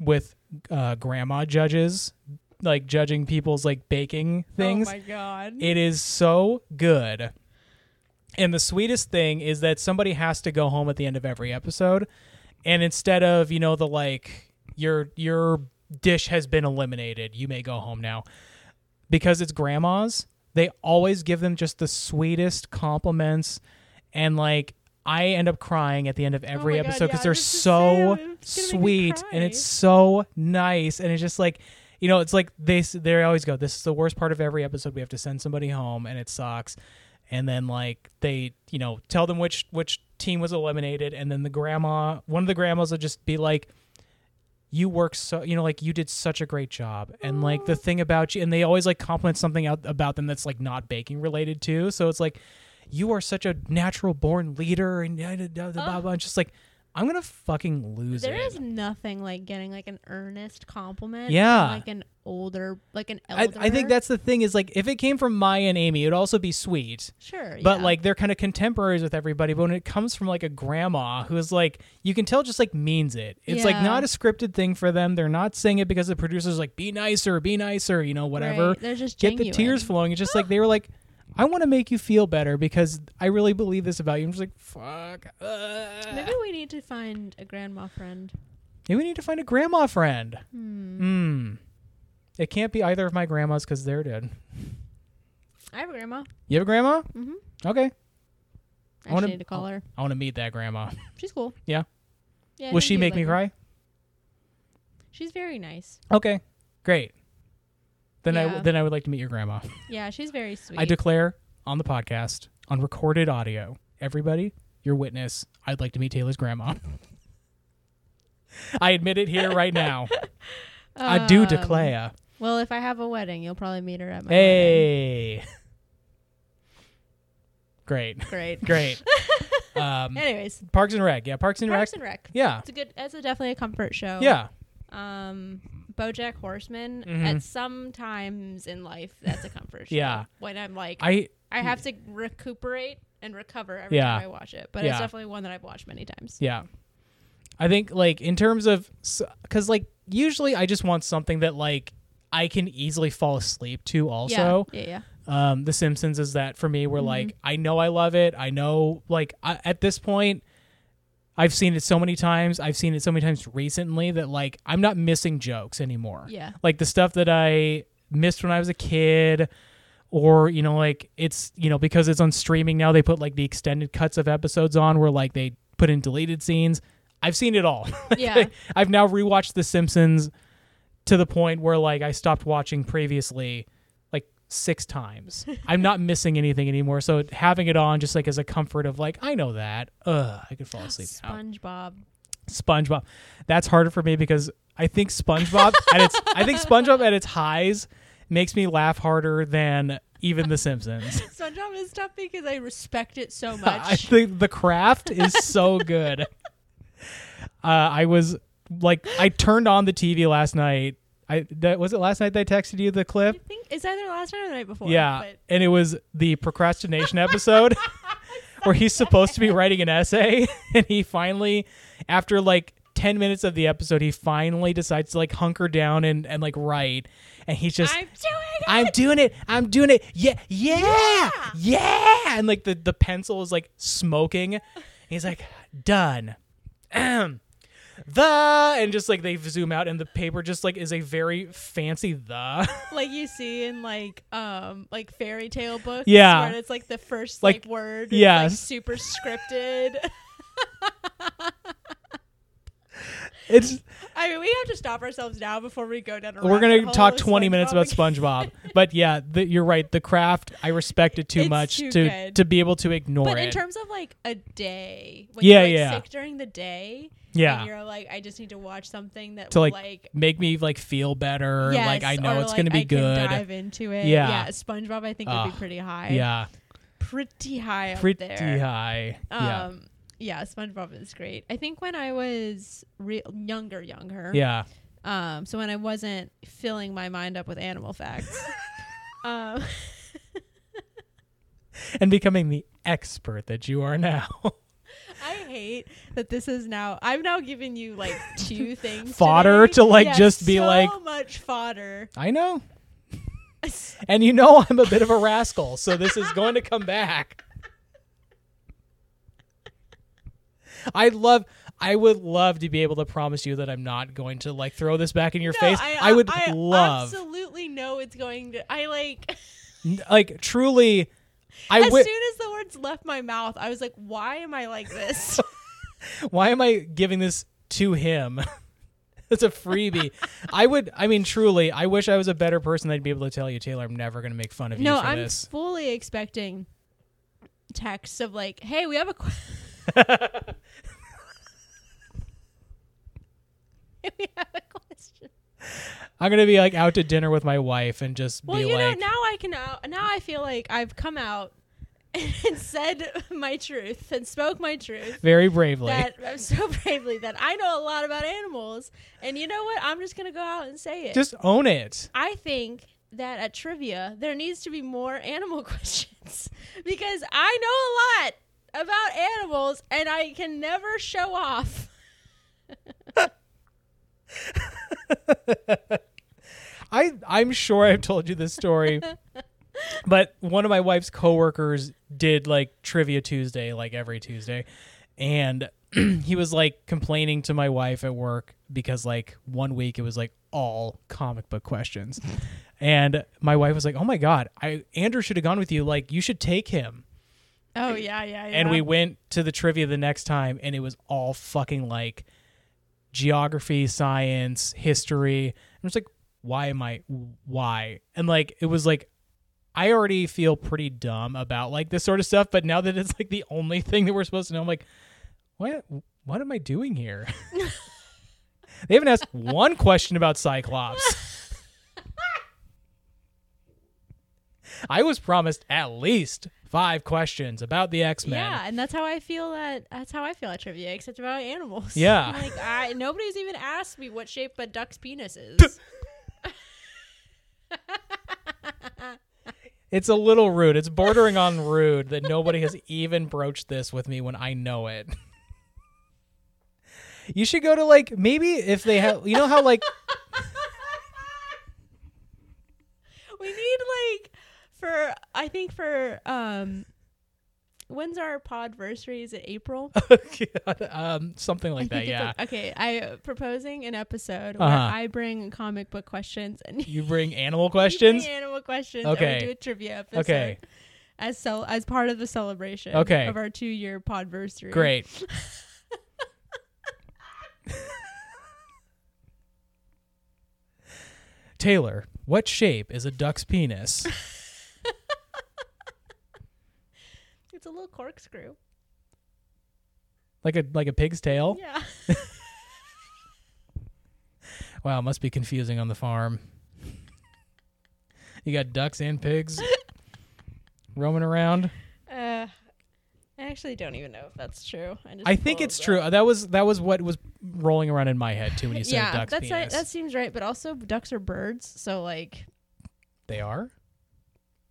S3: with uh, grandma judges like judging people's like baking things.
S4: Oh my god.
S3: It is so good. And the sweetest thing is that somebody has to go home at the end of every episode. And instead of, you know, the like your your dish has been eliminated, you may go home now. Because it's grandmas, they always give them just the sweetest compliments and like I end up crying at the end of every
S4: Oh my God,
S3: episode because
S4: yeah,
S3: they're
S4: just to
S3: so
S4: say it, it's gonna make me
S3: sweet and it's
S4: cry.
S3: so nice and it's just like you know it's like they s- they always go this is the worst part of every episode we have to send somebody home and it sucks and then like they you know tell them which which team was eliminated and then the grandma one of the grandmas will just be like you work so you know like you did such a great job and like the thing about you and they always like compliment something out about them that's like not baking related too so it's like you are such a natural born leader and blah blah blah, blah. It's just like i'm gonna fucking lose
S4: There
S3: it
S4: is nothing like getting like an earnest compliment. from,
S3: Yeah.
S4: Like an older, like an
S3: I,
S4: elder.
S3: I think that's the thing is like if it came from Maya and Amy, it'd also be sweet.
S4: sure.
S3: But
S4: yeah.
S3: like they're kind of contemporaries with everybody. But when it comes from like a grandma who's like, you can tell just like means it. It's like
S4: Yeah.
S3: not a scripted thing for them. They're not saying it because the producer's like, be nicer, be nicer, you know, whatever.
S4: Right, They're just
S3: Get
S4: genuine.
S3: the tears flowing. It's just like they were like, I want to make you feel better because I really believe this about you. I'm just like, fuck. uh."
S4: Maybe we need to find a grandma friend.
S3: Maybe we need to find a grandma friend.
S4: Mm.
S3: Hmm. It can't be either of my grandmas because they're dead.
S4: I have a grandma.
S3: You have a grandma?
S4: Mhm.
S3: Okay.
S4: I,
S3: I wanna-
S4: actually need to call her.
S3: I want to meet that grandma.
S4: She's cool.
S3: Yeah.
S4: Yeah. I
S3: Will
S4: think
S3: she
S4: you'd
S3: make me
S4: like her.
S3: cry?
S4: She's very nice.
S3: Okay, great. Then I
S4: Yeah.
S3: then I would like to meet your grandma.
S4: Yeah, she's very sweet.
S3: I declare on the podcast on recorded audio, everybody, your witness. I'd like to meet Taylor's grandma. I admit it here right now. I do
S4: Um,
S3: declare.
S4: Well, if I have a wedding, you'll probably meet her at my wedding.
S3: Hey. Great.
S4: Great.
S3: Great. Um,
S4: Anyways,
S3: Parks and Rec. Yeah, Parks and Rec.
S4: Parks and Oh. Rec.
S3: Yeah.
S4: It's a good. It's a definitely a comfort show.
S3: Yeah.
S4: um BoJack Horseman
S3: Mhm.
S4: at some times in life that's a comfort show.
S3: Yeah.
S4: When I'm like I,
S3: I
S4: have to recuperate and recover every
S3: Yeah.
S4: time I watch it. But
S3: Yeah.
S4: it's definitely one that I've watched many times.
S3: Yeah. I think like in terms of cuz like usually I just want something that like I can easily fall asleep to also.
S4: yeah, yeah, yeah.
S3: Um The Simpsons is that for me where like I know I love it. I know like I, at this point I've seen it so many times. I've seen it so many times recently that like I'm not missing jokes anymore.
S4: Yeah.
S3: Like the stuff that I missed when I was a kid or you know like it's you know because it's on streaming now they put like the extended cuts of episodes on where like they put in deleted scenes. I've seen it all.
S4: Yeah.
S3: I've now rewatched The Simpsons to the point where like I stopped watching previously like six times. I'm not missing anything anymore. So having it on just like as a comfort of like I know that. Ugh, I could fall asleep now.
S4: SpongeBob.
S3: SpongeBob. That's harder for me because I think SpongeBob at its I think SpongeBob at its highs makes me laugh harder than even The Simpsons.
S4: SpongeBob is tough because I respect it so
S3: I
S4: much.
S3: think the craft is so good. Uh, I was like, I turned on the TV last night. I that was it last night that I texted you the
S4: I
S3: clip.
S4: think it's either last night or the night before.
S3: Yeah,
S4: But
S3: and it was the procrastination episode where he's supposed to be writing an essay, and he finally, after like ten minutes of the episode, he finally decides to like hunker down and and like write, and he's just.
S4: I'm doing it.
S3: I'm doing it. I'm doing it. Yeah, yeah, yeah. And like the the pencil is like smoking. He's like, done. Ahem. the and just like they zoom out and the paper just like is a very fancy the.
S4: like you see in like um like fairy tale books.
S3: Yeah.
S4: Where it's like the first
S3: Like,
S4: like, word. Yeah.
S3: yes.
S4: Like, super scripted.
S3: It's
S4: I mean, we have to stop ourselves now before we go down. A
S3: we're
S4: rabbit
S3: gonna
S4: hole
S3: talk
S4: of
S3: 20 minutes about
S4: SpongeBob.
S3: SpongeBob, but yeah, the, you're right. The craft, I respect it too
S4: It's
S3: much
S4: too
S3: to
S4: good.
S3: to be able to ignore
S4: But
S3: it.
S4: in terms of like a day, when
S3: Yeah,
S4: you're like
S3: yeah.
S4: sick during the day,
S3: Yeah.
S4: and you're like, I just need to watch something that
S3: to
S4: will,
S3: like,
S4: like,
S3: make me like feel better.
S4: yes,
S3: like I know
S4: or,
S3: it's
S4: like,
S3: gonna be
S4: I can
S3: good.
S4: dive into it.
S3: Yeah.
S4: SpongeBob, I think would
S3: Ugh,
S4: be pretty high.
S3: Yeah,
S4: pretty high up
S3: pretty
S4: there.
S3: high. yeah,
S4: Um, yeah. SpongeBob is great. I think when I was re- younger, younger,
S3: yeah.
S4: Um, so when I wasn't filling my mind up with animal facts, um,
S3: And becoming the expert that you are now,
S4: I hate that this is now. I've now given you like two things
S3: Fodder
S4: today.
S3: to, like,
S4: Yeah,
S3: just be
S4: so
S3: like-
S4: much fodder.
S3: I know. And you know I'm a bit of a rascal, so this is going to come back. I love I would love to be able to promise you that I'm not going to like throw this back in your face.
S4: No,
S3: I, would
S4: I
S3: love
S4: Absolutely know it's going to. I like.
S3: n- like truly I
S4: As
S3: would
S4: soon as the words left my mouth, I was like, "Why am I like this?"
S3: why am I giving this to him? it's a freebie. I would I mean truly, I wish I was a better person that'd be able to tell you, Taylor, I'm never gonna make fun of
S4: no,
S3: you for
S4: I'm
S3: this.
S4: fully expecting texts of like, "Hey, we have a." Qu- we have a question.
S3: I'm gonna be like out to dinner with my wife and just
S4: Well,
S3: be
S4: you
S3: like
S4: know, now I can out, now I feel like I've come out and said my truth and spoke my truth
S3: very bravely.
S4: that I'm so bravely that I know a lot about animals. And you know what? I'm just gonna go out and say it.
S3: Just own it.
S4: I think that at trivia there needs to be more animal questions because I know a lot about animals and I can never show off.
S3: I I'm sure I've told you this story. but one of my wife's coworkers did like trivia Tuesday like every Tuesday and he was like complaining to my wife at work because like one week it was like all comic book questions. and my wife was like, "Oh my god, I Andrew should have gone with you. Like you should take him."
S4: Oh yeah, yeah, yeah.
S3: And we went to the trivia the next time, and it was all fucking like geography, science, history. I'm just like, why am I? Why? And like, it was like, I already feel pretty dumb about like this sort of stuff, but now that it's like the only thing that we're supposed to know, I'm like, what? What am I doing here? they haven't asked one question about Cyclops. I was promised at least five questions about the X Men.
S4: Yeah, and that's how I feel at that's how I feel at trivia, except about animals.
S3: Yeah.
S4: I'm like I nobody's even asked me what shape a duck's penis is.
S3: It's a little rude. It's bordering on rude that nobody has even broached this with me when I know it. you should go to like maybe if they have you know how like
S4: we need like for I think for um when's our podversary? Is it April?
S3: um something like
S4: Oh, I
S3: that,
S4: think it's
S3: yeah.
S4: like- okay, I uh, proposing an episode
S3: Uh-huh.
S4: where I bring comic book questions and
S3: you bring animal questions?
S4: You bring animal questions.
S3: Okay.
S4: And we do a trivia episode.
S3: Okay.
S4: As cel- as part of the celebration.
S3: Okay.
S4: Of our two year podversary.
S3: Great. Taylor, what shape is a duck's penis?
S4: It's a little corkscrew.
S3: Like a like a pig's tail?
S4: Yeah.
S3: Wow, must be confusing on the farm. You got ducks and pigs roaming around.
S4: Uh, I actually don't even know if that's true. I, just
S3: I think
S4: pulled
S3: it's
S4: that.
S3: true. Uh, That was that was what was rolling around in my head too when you said
S4: yeah,
S3: ducks.
S4: that's
S3: penis.
S4: right. That seems right. But also, ducks are birds, so like,
S3: they are.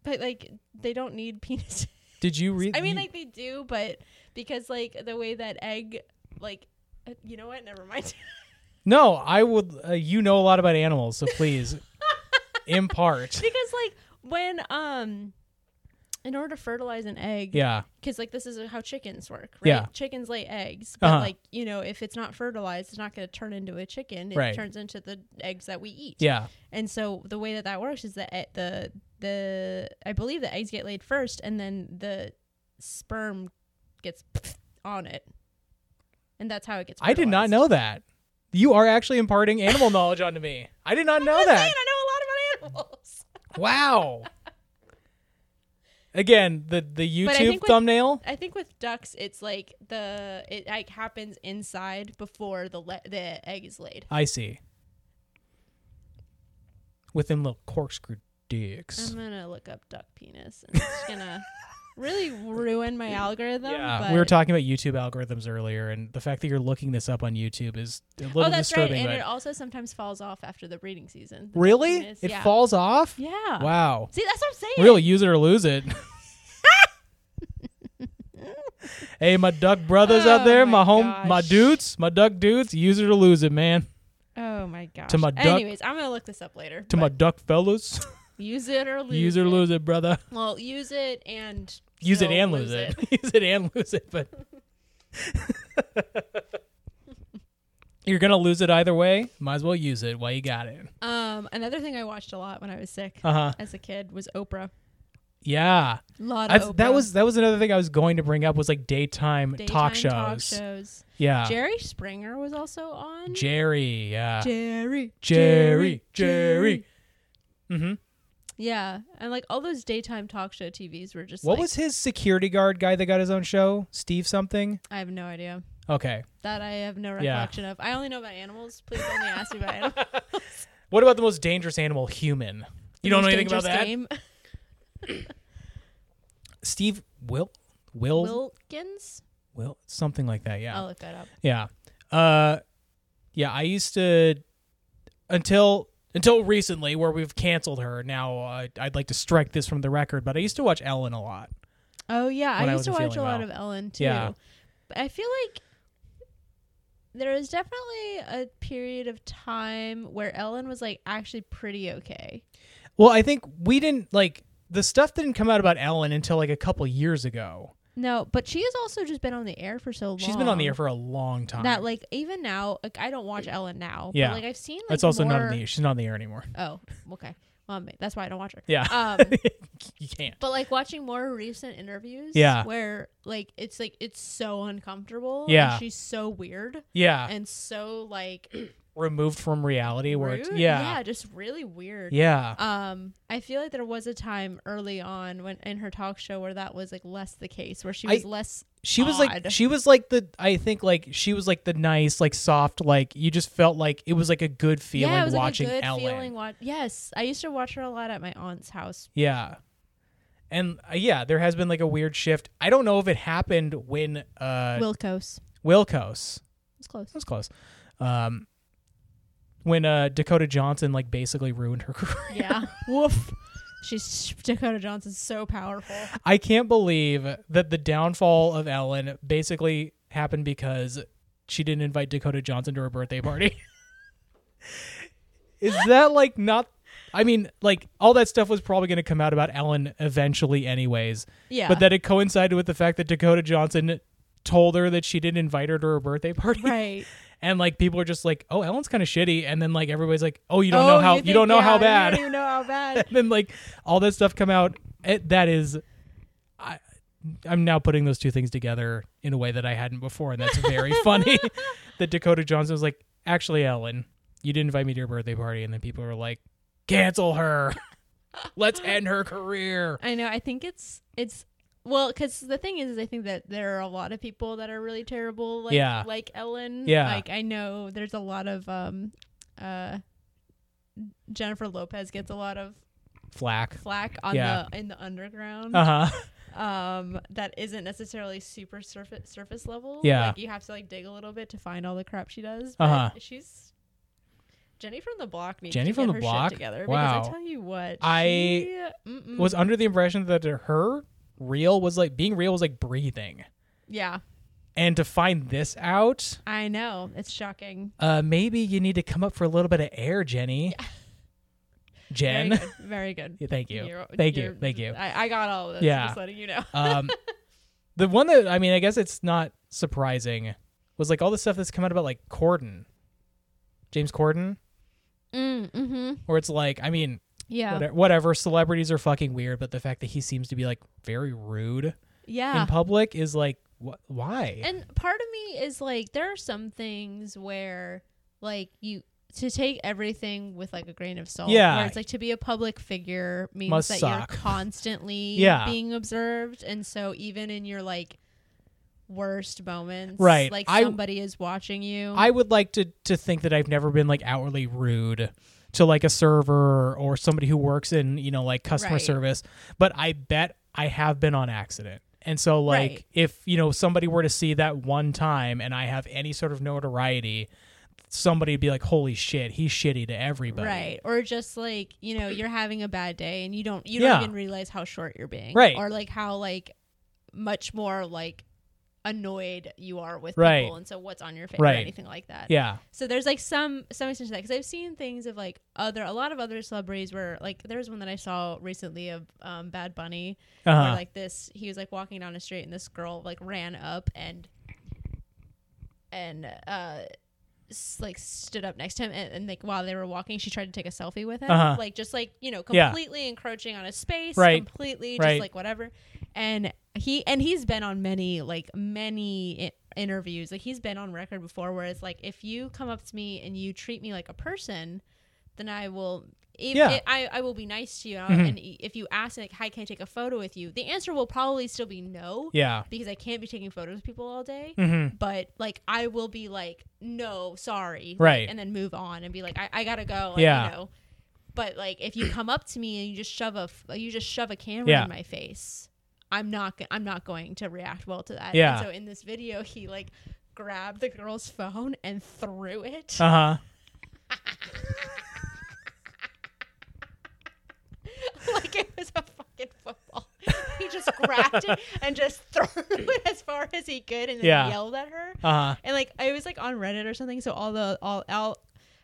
S4: but like, they don't need penises.
S3: Did you read?
S4: I mean,
S3: you-
S4: like they do, but because like the way that egg, like, uh, you know what? Never mind.
S3: no. I would. Uh, you know a lot about animals, so please impart.
S4: because like when um, in order to fertilize an egg,
S3: Yeah,
S4: because like this is how chickens work, right?
S3: Yeah.
S4: Chickens lay eggs, but
S3: Uh-huh.
S4: like you know, if it's not fertilized, it's not going to turn into a chicken. It
S3: Right.
S4: turns into the eggs that we eat.
S3: yeah,
S4: And so the way that that works is that e- the the I believe the eggs get laid first, and then the sperm gets on it, and that's how it gets.
S3: I did not
S4: fertilized.
S3: know that. You are actually imparting animal knowledge onto me. I did not know
S4: I'm
S3: that.
S4: saying I know a lot about animals.
S3: Wow. Again, the the
S4: I
S3: YouTube
S4: think with-
S3: thumbnail.
S4: I think with ducks, it's like the it like happens inside before the le- the egg is laid.
S3: I see. With them little corkscrew dicks.
S4: I'm gonna look up duck penis, and it's gonna really ruin my algorithm.
S3: yeah,
S4: but
S3: we were talking about YouTube algorithms earlier, and the fact that you're looking this up on YouTube is a little
S4: Oh, that's right,
S3: disturbing.
S4: and
S3: but-
S4: it also sometimes falls off after the breeding season. The duck
S3: really,
S4: penis,
S3: it
S4: yeah.
S3: falls off.
S4: Yeah.
S3: Wow,
S4: See, that's what I'm saying.
S3: really, use it or lose it. hey, my duck brothers out
S4: Oh
S3: there,
S4: my
S3: my home, my
S4: gosh.
S3: dudes, my duck dudes, use it or lose it, man.
S4: Oh my gosh.
S3: To my duck-
S4: Anyways, I'm gonna look this up later.
S3: To my duck fellas,
S4: use it or lose
S3: use it or lose it, brother.
S4: Well, use it and
S3: use it
S4: still
S3: and lose, it. use it and lose it, but you're gonna lose it either way. Might as well use it while you got it.
S4: Um, another thing I watched a lot when I was sick
S3: Uh huh.
S4: as a kid was Oprah.
S3: Yeah,
S4: A lot
S3: I,
S4: of Oprah.
S3: that was that was another thing I was going to bring up was like daytime,
S4: Daytime
S3: talk shows.
S4: shows.
S3: Yeah,
S4: Jerry Springer was also on.
S3: Jerry. Yeah,
S4: Jerry,
S3: Jerry, Jerry. Mm-hmm.
S4: Yeah, and like all those daytime talk show TVs were just.
S3: What
S4: like-
S3: was his security guard guy that got his own show? Steve something.
S4: I have no idea.
S3: Okay.
S4: That I have no
S3: Yeah.
S4: recollection of. I only know about animals. Please only ask me about animals.
S3: What about the most dangerous animal? Human. You don't know anything about that.
S4: Game.
S3: Steve Will. Will. Will. Oh,
S4: Wilkins.
S3: Something like that. Yeah.
S4: I'll look that up.
S3: Yeah. Uh yeah, I used to until until recently where we've canceled her. Now uh, I'd like to strike this from the record, but I used to watch Ellen a lot.
S4: Oh yeah,
S3: When I
S4: I used to
S3: wasn't
S4: watch a
S3: feeling
S4: lot
S3: well.
S4: of Ellen too.
S3: Yeah.
S4: But I feel like there was definitely a period of time where Ellen was like actually pretty okay.
S3: Well, I think we didn't like the stuff didn't come out about Ellen until like a couple years ago.
S4: No, but she has also just been on the air for so long.
S3: She's been on the air for a long time.
S4: that like even now, like I don't watch Ellen now.
S3: Yeah.
S4: But like I've seen like
S3: That's also not
S4: more-
S3: on the air. She's not on the air anymore.
S4: Oh, okay. Well, ma- that's why I don't watch her.
S3: Yeah.
S4: Um
S3: you can't.
S4: but like watching more recent interviews
S3: Yeah.
S4: where like it's like it's so uncomfortable. and
S3: Yeah. Uh,
S4: she's so weird
S3: Yeah.
S4: and so like
S3: Removed from reality where it's
S4: rude.
S3: yeah.
S4: just really weird.
S3: Yeah.
S4: Um, I feel like there was a time early on when in her talk show where that was like less the case, where she
S3: I-
S4: was less.
S3: she was like
S4: odd.
S3: she was like the I think like she was like the nice like soft like you just felt like it was like a good feeling
S4: yeah, it was
S3: watching
S4: like a good
S3: Ellen.
S4: feeling. Wa- yes, I used to watch her a lot at my aunt's house.
S3: Yeah. And uh, yeah, there has been like a weird shift. I don't know if it happened when uh
S4: Wilco's,
S3: Wilkos.
S4: it's close.
S3: That was close. Um when uh Dakota Johnson like basically ruined her career.
S4: Yeah, woof. She's Dakota Johnson's so powerful.
S3: I can't believe that the downfall of Ellen basically happened because she didn't invite Dakota Johnson to her birthday party. Is that like not? I mean, like all that stuff was probably going to come out about Ellen eventually, anyways.
S4: Yeah,
S3: But that it coincided with the fact that Dakota Johnson told her that she didn't invite her to her birthday party,
S4: right.
S3: and like people are just like, "Oh, Ellen's kind of shitty," and then like everybody's like, "Oh, you don't know how you, don't know how bad."
S4: You don't know how bad.
S3: and then like all that stuff come out it, that is i i'm now putting those two things together in a way that i hadn't before and that's very funny that dakota johnson was like actually ellen you didn't invite me to your birthday party and then people were like cancel her let's end her career
S4: I know. I think it's it's well, because the thing is, is I think that there are a lot of people that are really terrible, like
S3: Yeah.
S4: like Ellen.
S3: Yeah.
S4: like I know there's a lot of um, uh, Jennifer Lopez gets a lot of
S3: flack
S4: flack on
S3: Yeah.
S4: the in the underground.
S3: uh-huh
S4: Um, that isn't necessarily super surface surface level.
S3: Yeah.
S4: like, you have to like dig a little bit to find all the crap she does.
S3: Uh-huh.
S4: But she's Jenny from the block needs
S3: Jenny
S4: to
S3: from
S4: get
S3: the
S4: her
S3: Block?
S4: shit together.
S3: Wow.
S4: because I tell you what,
S3: I
S4: she, Mm-mm.
S3: was under the impression that her real was like being real was like breathing
S4: yeah.
S3: and to find this out
S4: I know. It's shocking.
S3: uh maybe you need to come up for a little bit of air jenny jen
S4: Very good. Very good.
S3: Yeah, thank you.
S4: You're-
S3: thank you.
S4: you're-
S3: Thank you.
S4: I, I got all of this.
S3: Yeah.
S4: Yeah. Just letting you know.
S3: Um, the one that, I mean, I guess it's not surprising was like all the stuff that's come out about like Corden, James Corden,
S4: Mm, hmm
S3: where it's like, I mean,
S4: Yeah.
S3: whatever, whatever, celebrities are fucking weird, but the fact that he seems to be like very rude
S4: Yeah.
S3: in public is like, wh- why?
S4: and part of me is like, there are some things where like you to take everything with like a grain of salt.
S3: Yeah.
S4: where it's like to be a public figure means
S3: Must
S4: that
S3: suck.
S4: you're constantly
S3: Yeah.
S4: being observed, and so even in your like worst moments,
S3: Right.
S4: Like
S3: I-
S4: somebody is watching you.
S3: I would like to to think that I've never been like outwardly rude to like a server or somebody who works in you know like customer
S4: Right.
S3: service, but I bet I have been on accident. And so like
S4: Right.
S3: if you know somebody were to see that one time and I have any sort of notoriety, somebody'd be like, "Holy shit, he's shitty to everybody."
S4: Right. Or just like, you know, you're having a bad day and you don't you
S3: Yeah.
S4: don't even realize how short you're being.
S3: Right.
S4: Or like how like much more like annoyed you are with
S3: Right.
S4: people and so what's on your face
S3: Right.
S4: or anything like that.
S3: Yeah.
S4: So there's like some some extent to that because I've seen things of like other a lot of other celebrities where like there was one that I saw recently of um, Bad Bunny where
S3: Uh-huh.
S4: like this he was like walking down a street and this girl like ran up and and uh s- like stood up next to him and, and like while they were walking she tried to take a selfie with him
S3: Uh-huh.
S4: like just like you know
S3: Yeah.
S4: completely encroaching on his space
S3: Right.
S4: completely
S3: Right.
S4: just like whatever and he and he's been on many like many I- interviews like he's been on record before where it's like if you come up to me and you treat me like a person then I will. e, If,
S3: Yeah.
S4: I, I will be nice to you. I'll-
S3: Mhm.
S4: And if you ask, like, hi, can I take a photo with you? The answer will probably still be no
S3: yeah.
S4: because I can't be taking photos of people all day.
S3: hmm
S4: But, like, I will be like, no, sorry. like,
S3: Right.
S4: and then move on and be like, I, I got to go. like,
S3: Yeah.
S4: You know. But, like, if you come up to me and you just shove a, f- uh, you just shove a camera
S3: Yeah.
S4: in my face, I'm not, go- I'm not going to react well to that. And
S3: Yeah.
S4: so in this video, he, like, grabbed the girl's phone and threw it.
S3: Uh huh.
S4: like it was a fucking football. He just grabbed it and just threw it as far as he could and then
S3: Yeah.
S4: yelled at her.
S3: Uh huh.
S4: And like I was like on Reddit or something, so all the all all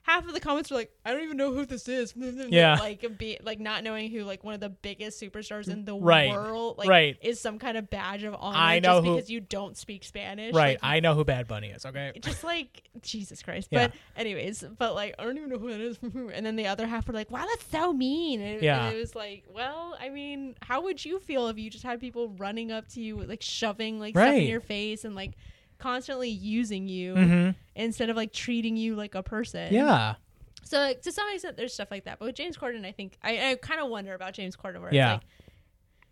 S4: half of the comments were like, I don't even know who this is.
S3: Yeah.
S4: Like be like not knowing who like one of the biggest superstars in the
S3: Right.
S4: world like
S3: Right.
S4: is some kind of badge of honor
S3: I know
S4: just
S3: who-
S4: because you don't speak Spanish.
S3: Right.
S4: Like,
S3: I know who Bad Bunny is. Okay.
S4: just like Jesus Christ.
S3: Yeah.
S4: But anyways, but like I don't even know who that is. And then the other half were like, "Wow, that's so mean." And, it-
S3: Yeah.
S4: and it was like, well, I mean, how would you feel if you just had people running up to you, like shoving like stuff in
S3: Right.
S4: your face and like constantly using you
S3: hmm
S4: instead of like treating you like a person?
S3: Yeah.
S4: So like, to some extent, there's stuff like that. But with James Corden, I think I, I kind of wonder about James Corden. Where
S3: Yeah.
S4: it's like,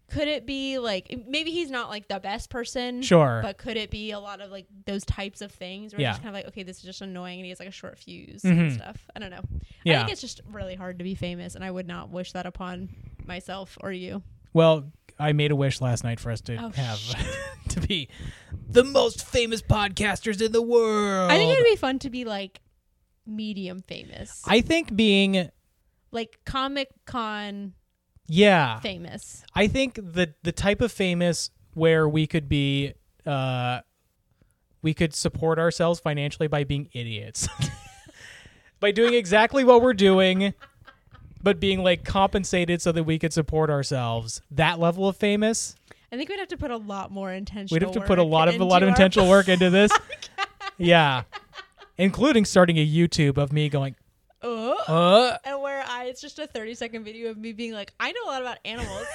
S4: could it be like maybe he's not like the best person?
S3: Sure.
S4: But could it be a lot of like those types of things where
S3: Yeah.
S4: it's just kind of like, okay, this is just annoying and he has like a short fuse
S3: Mhm.
S4: and stuff? I don't know. I
S3: Yeah.
S4: think it's just really hard to be famous and I would not wish that upon myself or you.
S3: Well, I made a wish last night for us to
S4: Oh,
S3: have to be the most famous podcasters in the world.
S4: I think it'd be fun to be like medium famous,
S3: I think being
S4: like Comic Con
S3: yeah,
S4: famous.
S3: I think the the type of famous where we could be uh we could support ourselves financially by being idiots. by doing exactly what we're doing but being like compensated so that we could support ourselves. That level of famous,
S4: I think we'd have to put a lot more intentional.
S3: we'd have to put a
S4: work
S3: lot of a lot
S4: into
S3: of
S4: our- Oh
S3: intentional work into this. yeah. Including starting a YouTube of me going,
S4: Oh.
S3: "Uh,
S4: and where I it's just a 30 second video of me being like, I know a lot about animals.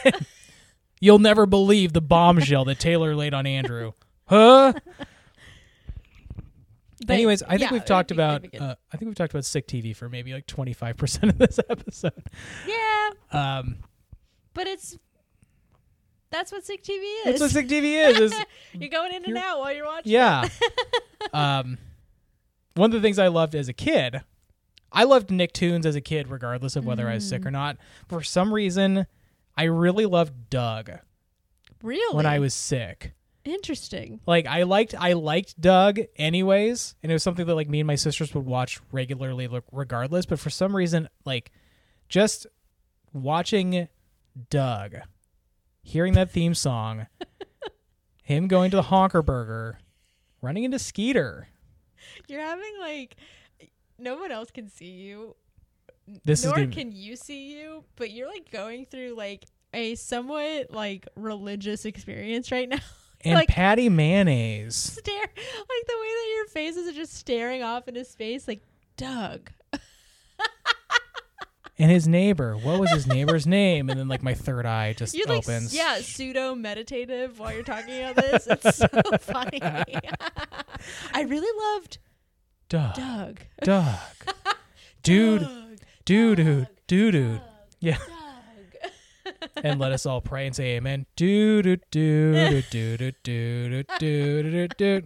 S3: you'll never believe the bombshell that Taylor laid on Andrew." Huh?
S4: But
S3: Anyways, I think
S4: yeah,
S3: we've
S4: it
S3: talked
S4: would be-
S3: about
S4: it'd be good.
S3: uh, I think we've talked about sick TV for maybe like twenty five percent of this episode.
S4: yeah,
S3: Um,
S4: but it's that's what sick TV is.
S3: that's what sick TV is. is
S4: you're going in and
S3: you're-
S4: out while you're watching.
S3: yeah. Um, one of the things I loved as a kid, I loved Nicktoons as a kid, regardless of whether I was sick or not. For some reason, I really loved Doug
S4: Really?
S3: when I was sick.
S4: interesting.
S3: like I liked I liked Doug anyways, and it was something that like me and my sisters would watch regularly like, regardless, but for some reason like just watching Doug, hearing that theme song, him going to the honker burger, running into Skeeter.
S4: You're having like no one else can see you.
S3: This
S4: nor
S3: is gonna-
S4: can you see you, but you're like going through like a somewhat like religious experience right now.
S3: and
S4: like-
S3: Patty mayonnaise.
S4: Stare like the way that your faces are just staring off into space like Doug.
S3: And his neighbor. What was his neighbor's name? And then like my third eye just
S4: You're like,
S3: opens.
S4: yeah, pseudo meditative while you're talking about this. It's so funny. I really loved
S3: Doug.
S4: Doug.
S3: Doug. Dude. Dude. Dude. Dude. Yeah. and let us all pray and say amen. Do do do do do do do do do do do.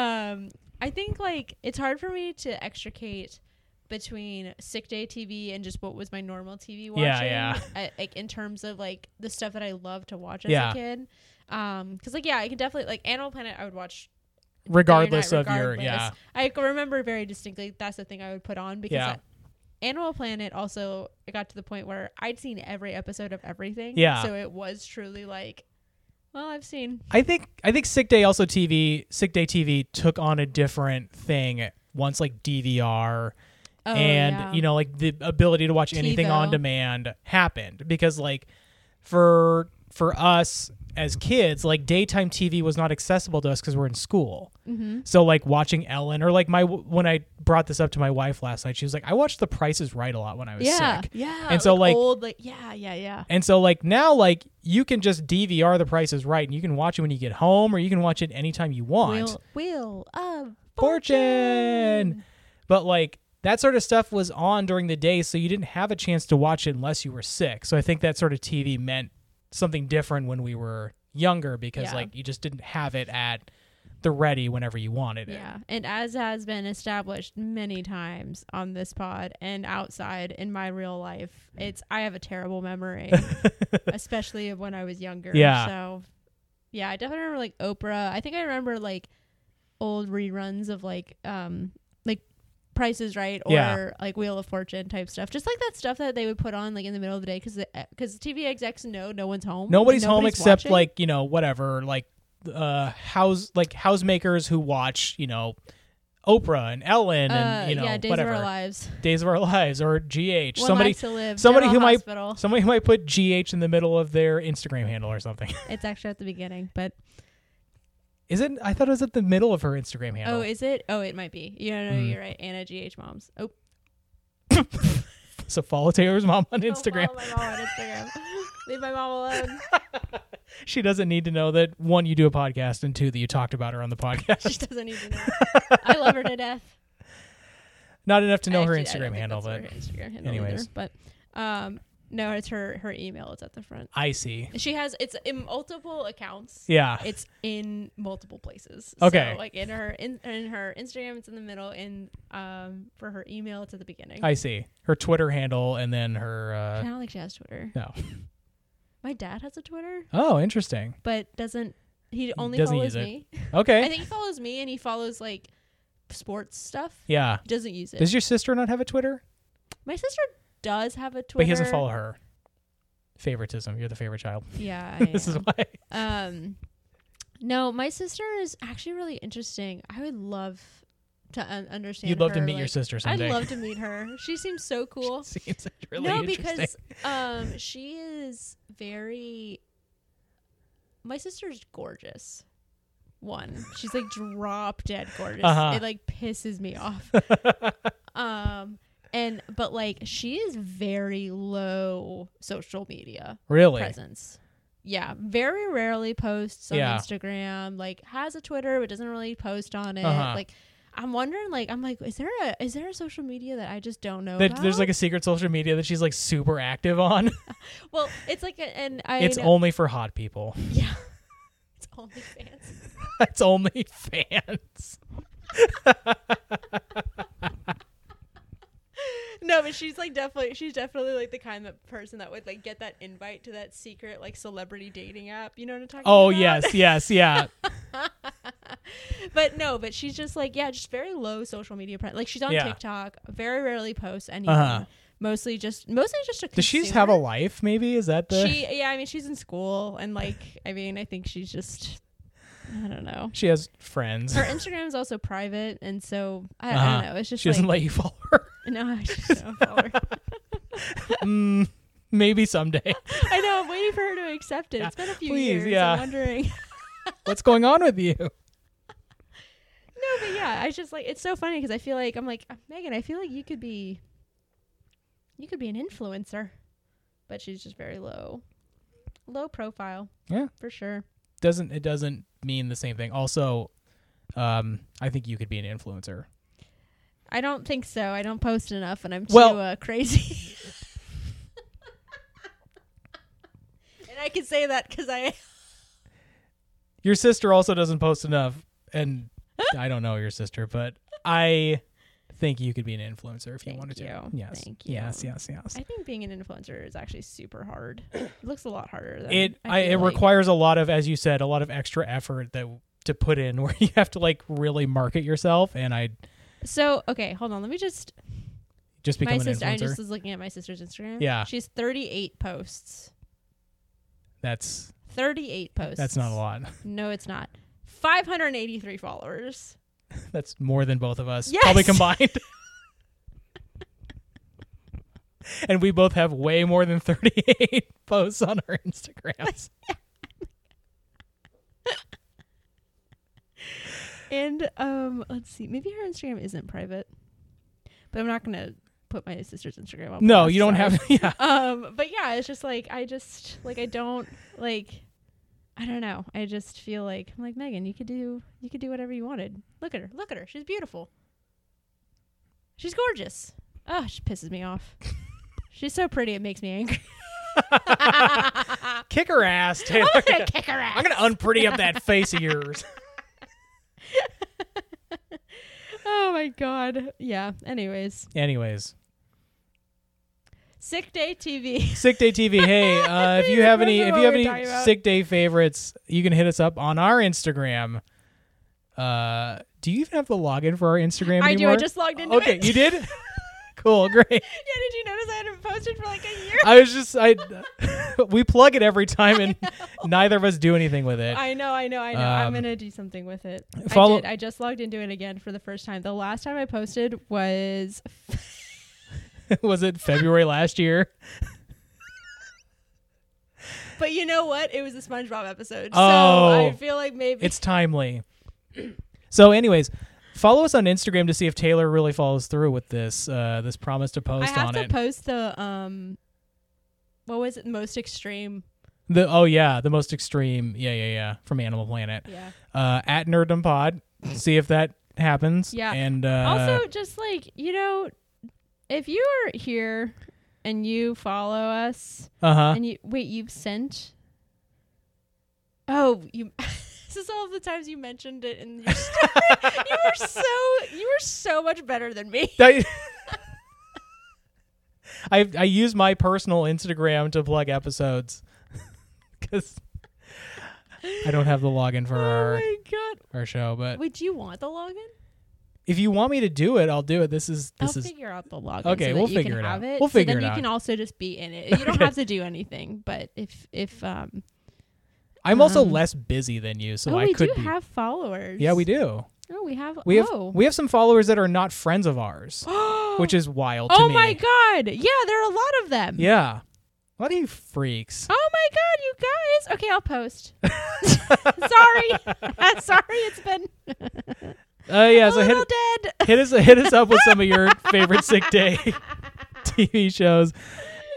S4: Um, I think like it's hard for me to extricate between sick day TV and just what was my normal TV watching.
S3: yeah.
S4: I, like in terms of like the stuff that I loved to watch as
S3: Yeah.
S4: a kid. Um, because like yeah, I can definitely like Animal Planet. I would watch day or night
S3: Regardless of your
S4: regardless.
S3: yeah.
S4: I can remember very distinctly that's the thing I would put on because
S3: Yeah.
S4: I- Animal Planet also it got to the point where I'd seen every episode of everything.
S3: Yeah.
S4: So it was truly like, well, I've seen
S3: I think I think Sick Day also TV Sick Day TV took on a different thing once like DVR
S4: oh,
S3: and
S4: yeah.
S3: you know like the ability to watch anything on
S4: TiVo.
S3: demand happened because like for for us as kids like daytime TV was not accessible to us because we're in school.
S4: Mm-hmm.
S3: So like watching Ellen or like my when I brought this up to my wife last night, she was like, I watched The Price is Right a lot when I was
S4: yeah,
S3: sick.
S4: yeah,
S3: And so, like-
S4: old, like yeah, yeah, yeah,
S3: And so like now like you can just DVR The Price is Right and you can watch it when you get home or you can watch it anytime you want.
S4: wheel, wheel of
S3: Fortune. But like that sort of stuff was on during the day, so you didn't have a chance to watch it unless you were sick. So I think that sort of TV meant something different when we were younger because
S4: Yeah.
S3: like you just didn't have it at the ready whenever you wanted it.
S4: Yeah, and as has been established many times on this pod and outside in my real life,
S3: Mm.
S4: it's I have a terrible memory, especially of when I was younger.
S3: Yeah.
S4: So, yeah, I definitely remember like Oprah. I think I remember like old reruns of like um like Price is Right or
S3: Yeah.
S4: like Wheel of Fortune type stuff. Just like that stuff that they would put on like in the middle of the eh, day because because TV execs know no one's home.
S3: Nobody's, home
S4: nobody's
S3: except
S4: watching.
S3: like, you know, whatever, like uh house like housemakers who watch, you know, Oprah and Ellen and
S4: Uh,
S3: you know
S4: yeah, Days
S3: whatever
S4: of Our Lives.
S3: Days of Our Lives or GH.
S4: One
S3: somebody
S4: Life to live.
S3: somebody
S4: General
S3: who might-
S4: hospital.
S3: somebody might put GH in the middle of their Instagram handle or something.
S4: It's actually at the beginning, but
S3: Is it? I thought it was at the middle of her Instagram handle.
S4: oh, is it? Oh, it might be. You
S3: Mm.
S4: know, you're right. Anna GH moms. Oh,
S3: so follow Taylor's mom
S4: Oh,
S3: on Instagram.
S4: Don't follow my mom on Instagram. Leave my mom alone.
S3: She doesn't need to know that one, you do a podcast, and two, that you talked about her on the
S4: She
S3: podcast.
S4: doesn't even know. I love her to death.
S3: Not enough to know her
S4: Actually, I don't
S3: Instagram
S4: think
S3: handle,
S4: that's
S3: but
S4: her Instagram handle
S3: anyways.
S4: Anyways, but um, no, it's her her email. It's at the front.
S3: I see.
S4: She has it's in multiple accounts.
S3: Yeah,
S4: It's in multiple places.
S3: Okay.
S4: So, like in her in, in her Instagram, it's in the middle. In um for her email, it's at the beginning.
S3: I see. Her Twitter handle, and then her. Uh,
S4: I don't think she has Twitter.
S3: no.
S4: My dad has a Twitter,
S3: Oh, interesting.
S4: but doesn't he only
S3: doesn't use
S4: follows
S3: it.
S4: me? I
S3: Okay.
S4: think he follows me and he follows like sports stuff.
S3: Yeah.
S4: He doesn't use it.
S3: Does your sister not have a Twitter?
S4: My sister does have a Twitter.
S3: But he doesn't follow her. Favoritism. You're the favorite child.
S4: Yeah.
S3: this is why.
S4: why. Um, no, my sister is actually really interesting. I would love to un- understand.
S3: You'd love to
S4: her,
S3: meet your
S4: like-
S3: sister
S4: I'd
S3: someday.
S4: love to meet her. She seems so cool.
S3: Seems really
S4: no,
S3: interesting.
S4: because um, she is very. My sister's gorgeous. One, she's like drop dead gorgeous.
S3: Uh-huh.
S4: It like pisses me off. um, and but like she is very low social media
S3: really.
S4: presence. Yeah, very rarely posts on
S3: Yeah.
S4: Instagram. Like has a Twitter, but doesn't really post on it.
S3: Uh-huh.
S4: Like I'm wondering. Like I'm like, is there a is there a social media that I just don't know?
S3: That there's
S4: about?
S3: like a secret social media that she's like super active on.
S4: Well, it's like a, and I
S3: it's
S4: know-
S3: only for hot people.
S4: yeah. It's only fans.
S3: It's only fans.
S4: No, but she's like definitely she's definitely like the kind of person that would like get that invite to that secret like celebrity dating app. You know what I'm talking about?
S3: Oh yes, yes, yeah.
S4: But no, but she's just like yeah, just very low social media pre- like she's on
S3: Yeah.
S4: TikTok, very rarely posts anything.
S3: Uh-huh.
S4: Mostly just mostly just a
S3: Does she just have a
S4: consumer.
S3: life? Maybe is that the she,
S4: She yeah, I mean she's in school and like I mean I think she's just I don't know.
S3: has friends.
S4: Her Instagram is also private, and so I, I
S3: Uh-huh.
S4: don't know. It's just
S3: she doesn't
S4: like,
S3: let you follow her.
S4: no, I just don't follow her.
S3: mm, maybe someday.
S4: I know. I'm waiting for her to accept it. It's been a few
S3: Please,
S4: years.
S3: yeah.
S4: I'm wondering.
S3: What's going on with you?
S4: no, but yeah, I just like it's so funny because I feel like I'm like Megan. I feel like you could be, you could be an influencer, but she's just very low, low profile.
S3: Yeah.
S4: for sure.
S3: Doesn't it doesn't mean the same thing. Also, um, I think you could be an influencer.
S4: I don't think so. I don't post enough, and I'm too
S3: Well-
S4: uh, crazy. and I can say that because I
S3: Your sister also doesn't post enough, and I don't know your sister, but I think you could be an influencer if you
S4: Thank
S3: wanted to.
S4: you.
S3: Yes.
S4: Thank you.
S3: Yes. Yes. Yes.
S4: I think being an influencer is actually super hard. It looks a lot harder. Than
S3: it I,
S4: feel
S3: it
S4: like.
S3: requires a lot of, as you said, a lot of extra effort that to put in, where you have to like really market yourself. And I
S4: So okay, hold on. Let me just.
S3: just become
S4: my
S3: an
S4: sister. I
S3: influencer.
S4: just was looking at my sister's Instagram.
S3: Yeah.
S4: she's 38 posts.
S3: That's
S4: 38 posts.
S3: that's not a lot.
S4: No, it's not. 583 followers.
S3: That's more than both of us
S4: Yes!
S3: probably combined. and we both have way more than 38 posts on our Instagrams.
S4: And um, let's see. Maybe her Instagram isn't private, but I'm not gonna put my sister's Instagram up.
S3: no,
S4: That's
S3: you don't
S4: sorry.
S3: have yeah.
S4: Um, but yeah, it's just like I just like I don't like. I don't know. I just feel like I'm like Megan. You could do you could do whatever you wanted. Look at her. Look at her. She's beautiful. She's gorgeous. Oh, she pisses me off. She's so pretty. It makes me angry. I'm
S3: Kick her ass, Taylor.
S4: gonna kick her ass.
S3: I'm uh, going to unpretty up that face of yours.
S4: Oh my god. Yeah. Anyways,
S3: Anyways,
S4: sick day TV.
S3: Sick Day TV. Hey, uh, if you
S4: I
S3: have any
S4: remember
S3: if you have
S4: what we were
S3: any
S4: talking about.
S3: sick day favorites, you can hit us up on our Instagram. Uh, do you even have the login for our Instagram
S4: I do.
S3: anymore?
S4: I just logged into
S3: okay,
S4: it.
S3: you did? cool, great.
S4: yeah. Did you notice I hadn't posted for like a year?
S3: I was just I we plug it every time and neither of us do anything with it.
S4: I know, I know, I know.
S3: Um,
S4: I'm gonna do something with it.
S3: follow-
S4: I did. I just logged into it again for the first time. The last time I posted was
S3: was it February last year?
S4: But you know what? It was a SpongeBob episode.
S3: Oh.
S4: so I feel like maybe
S3: It's timely. So anyways, follow us on Instagram to see if Taylor really follows through with this uh this promise to
S4: I
S3: post
S4: have
S3: on
S4: to
S3: it.
S4: post the um what was it? Most extreme.
S3: the oh yeah, the most extreme. Yeah, yeah, yeah, from Animal Planet.
S4: Yeah.
S3: Uh at Nerddom Pod. See if that happens.
S4: Yeah.
S3: And uh
S4: also just like, you know, if you are here and you follow us
S3: uh-huh.
S4: and you wait, you've sent Oh, you this is all the times you mentioned it in your story. you were so you were so much better than me.
S3: I, I I use my personal Instagram to plug episodes because I don't have the login for
S4: Oh
S3: our,
S4: my god.
S3: our show. But
S4: Wait, do you want the login?
S3: if you want me to do it, I'll do it. This is this
S4: I'll
S3: is
S4: figure out the login.
S3: Okay,
S4: so that
S3: we'll
S4: you
S3: figure it
S4: can
S3: out.
S4: have It,
S3: We'll
S4: so
S3: figure
S4: then
S3: it
S4: you
S3: out.
S4: can also just be in it. You don't have to do anything, but if if um
S3: I'm also
S4: um,
S3: less busy than you, so
S4: oh,
S3: I
S4: we
S3: could
S4: do
S3: be.
S4: have followers.
S3: yeah, we do.
S4: Oh, we have.
S3: We have
S4: oh.
S3: we have some followers that are not friends of ours, which is wild to
S4: oh
S3: me.
S4: my god! Yeah, there are a lot of them.
S3: Yeah. What are you freaks?
S4: Oh my god, you guys! Okay, I'll post. sorry, sorry, it's been
S3: Uh, yeah,
S4: a
S3: so hit
S4: little dead.
S3: hit us hit us up with some of your favorite sick day TV shows,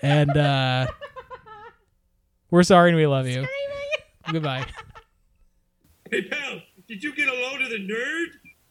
S3: and uh, we're sorry and we love you. Goodbye.
S2: Hey, pal, did you get a load of the nerd?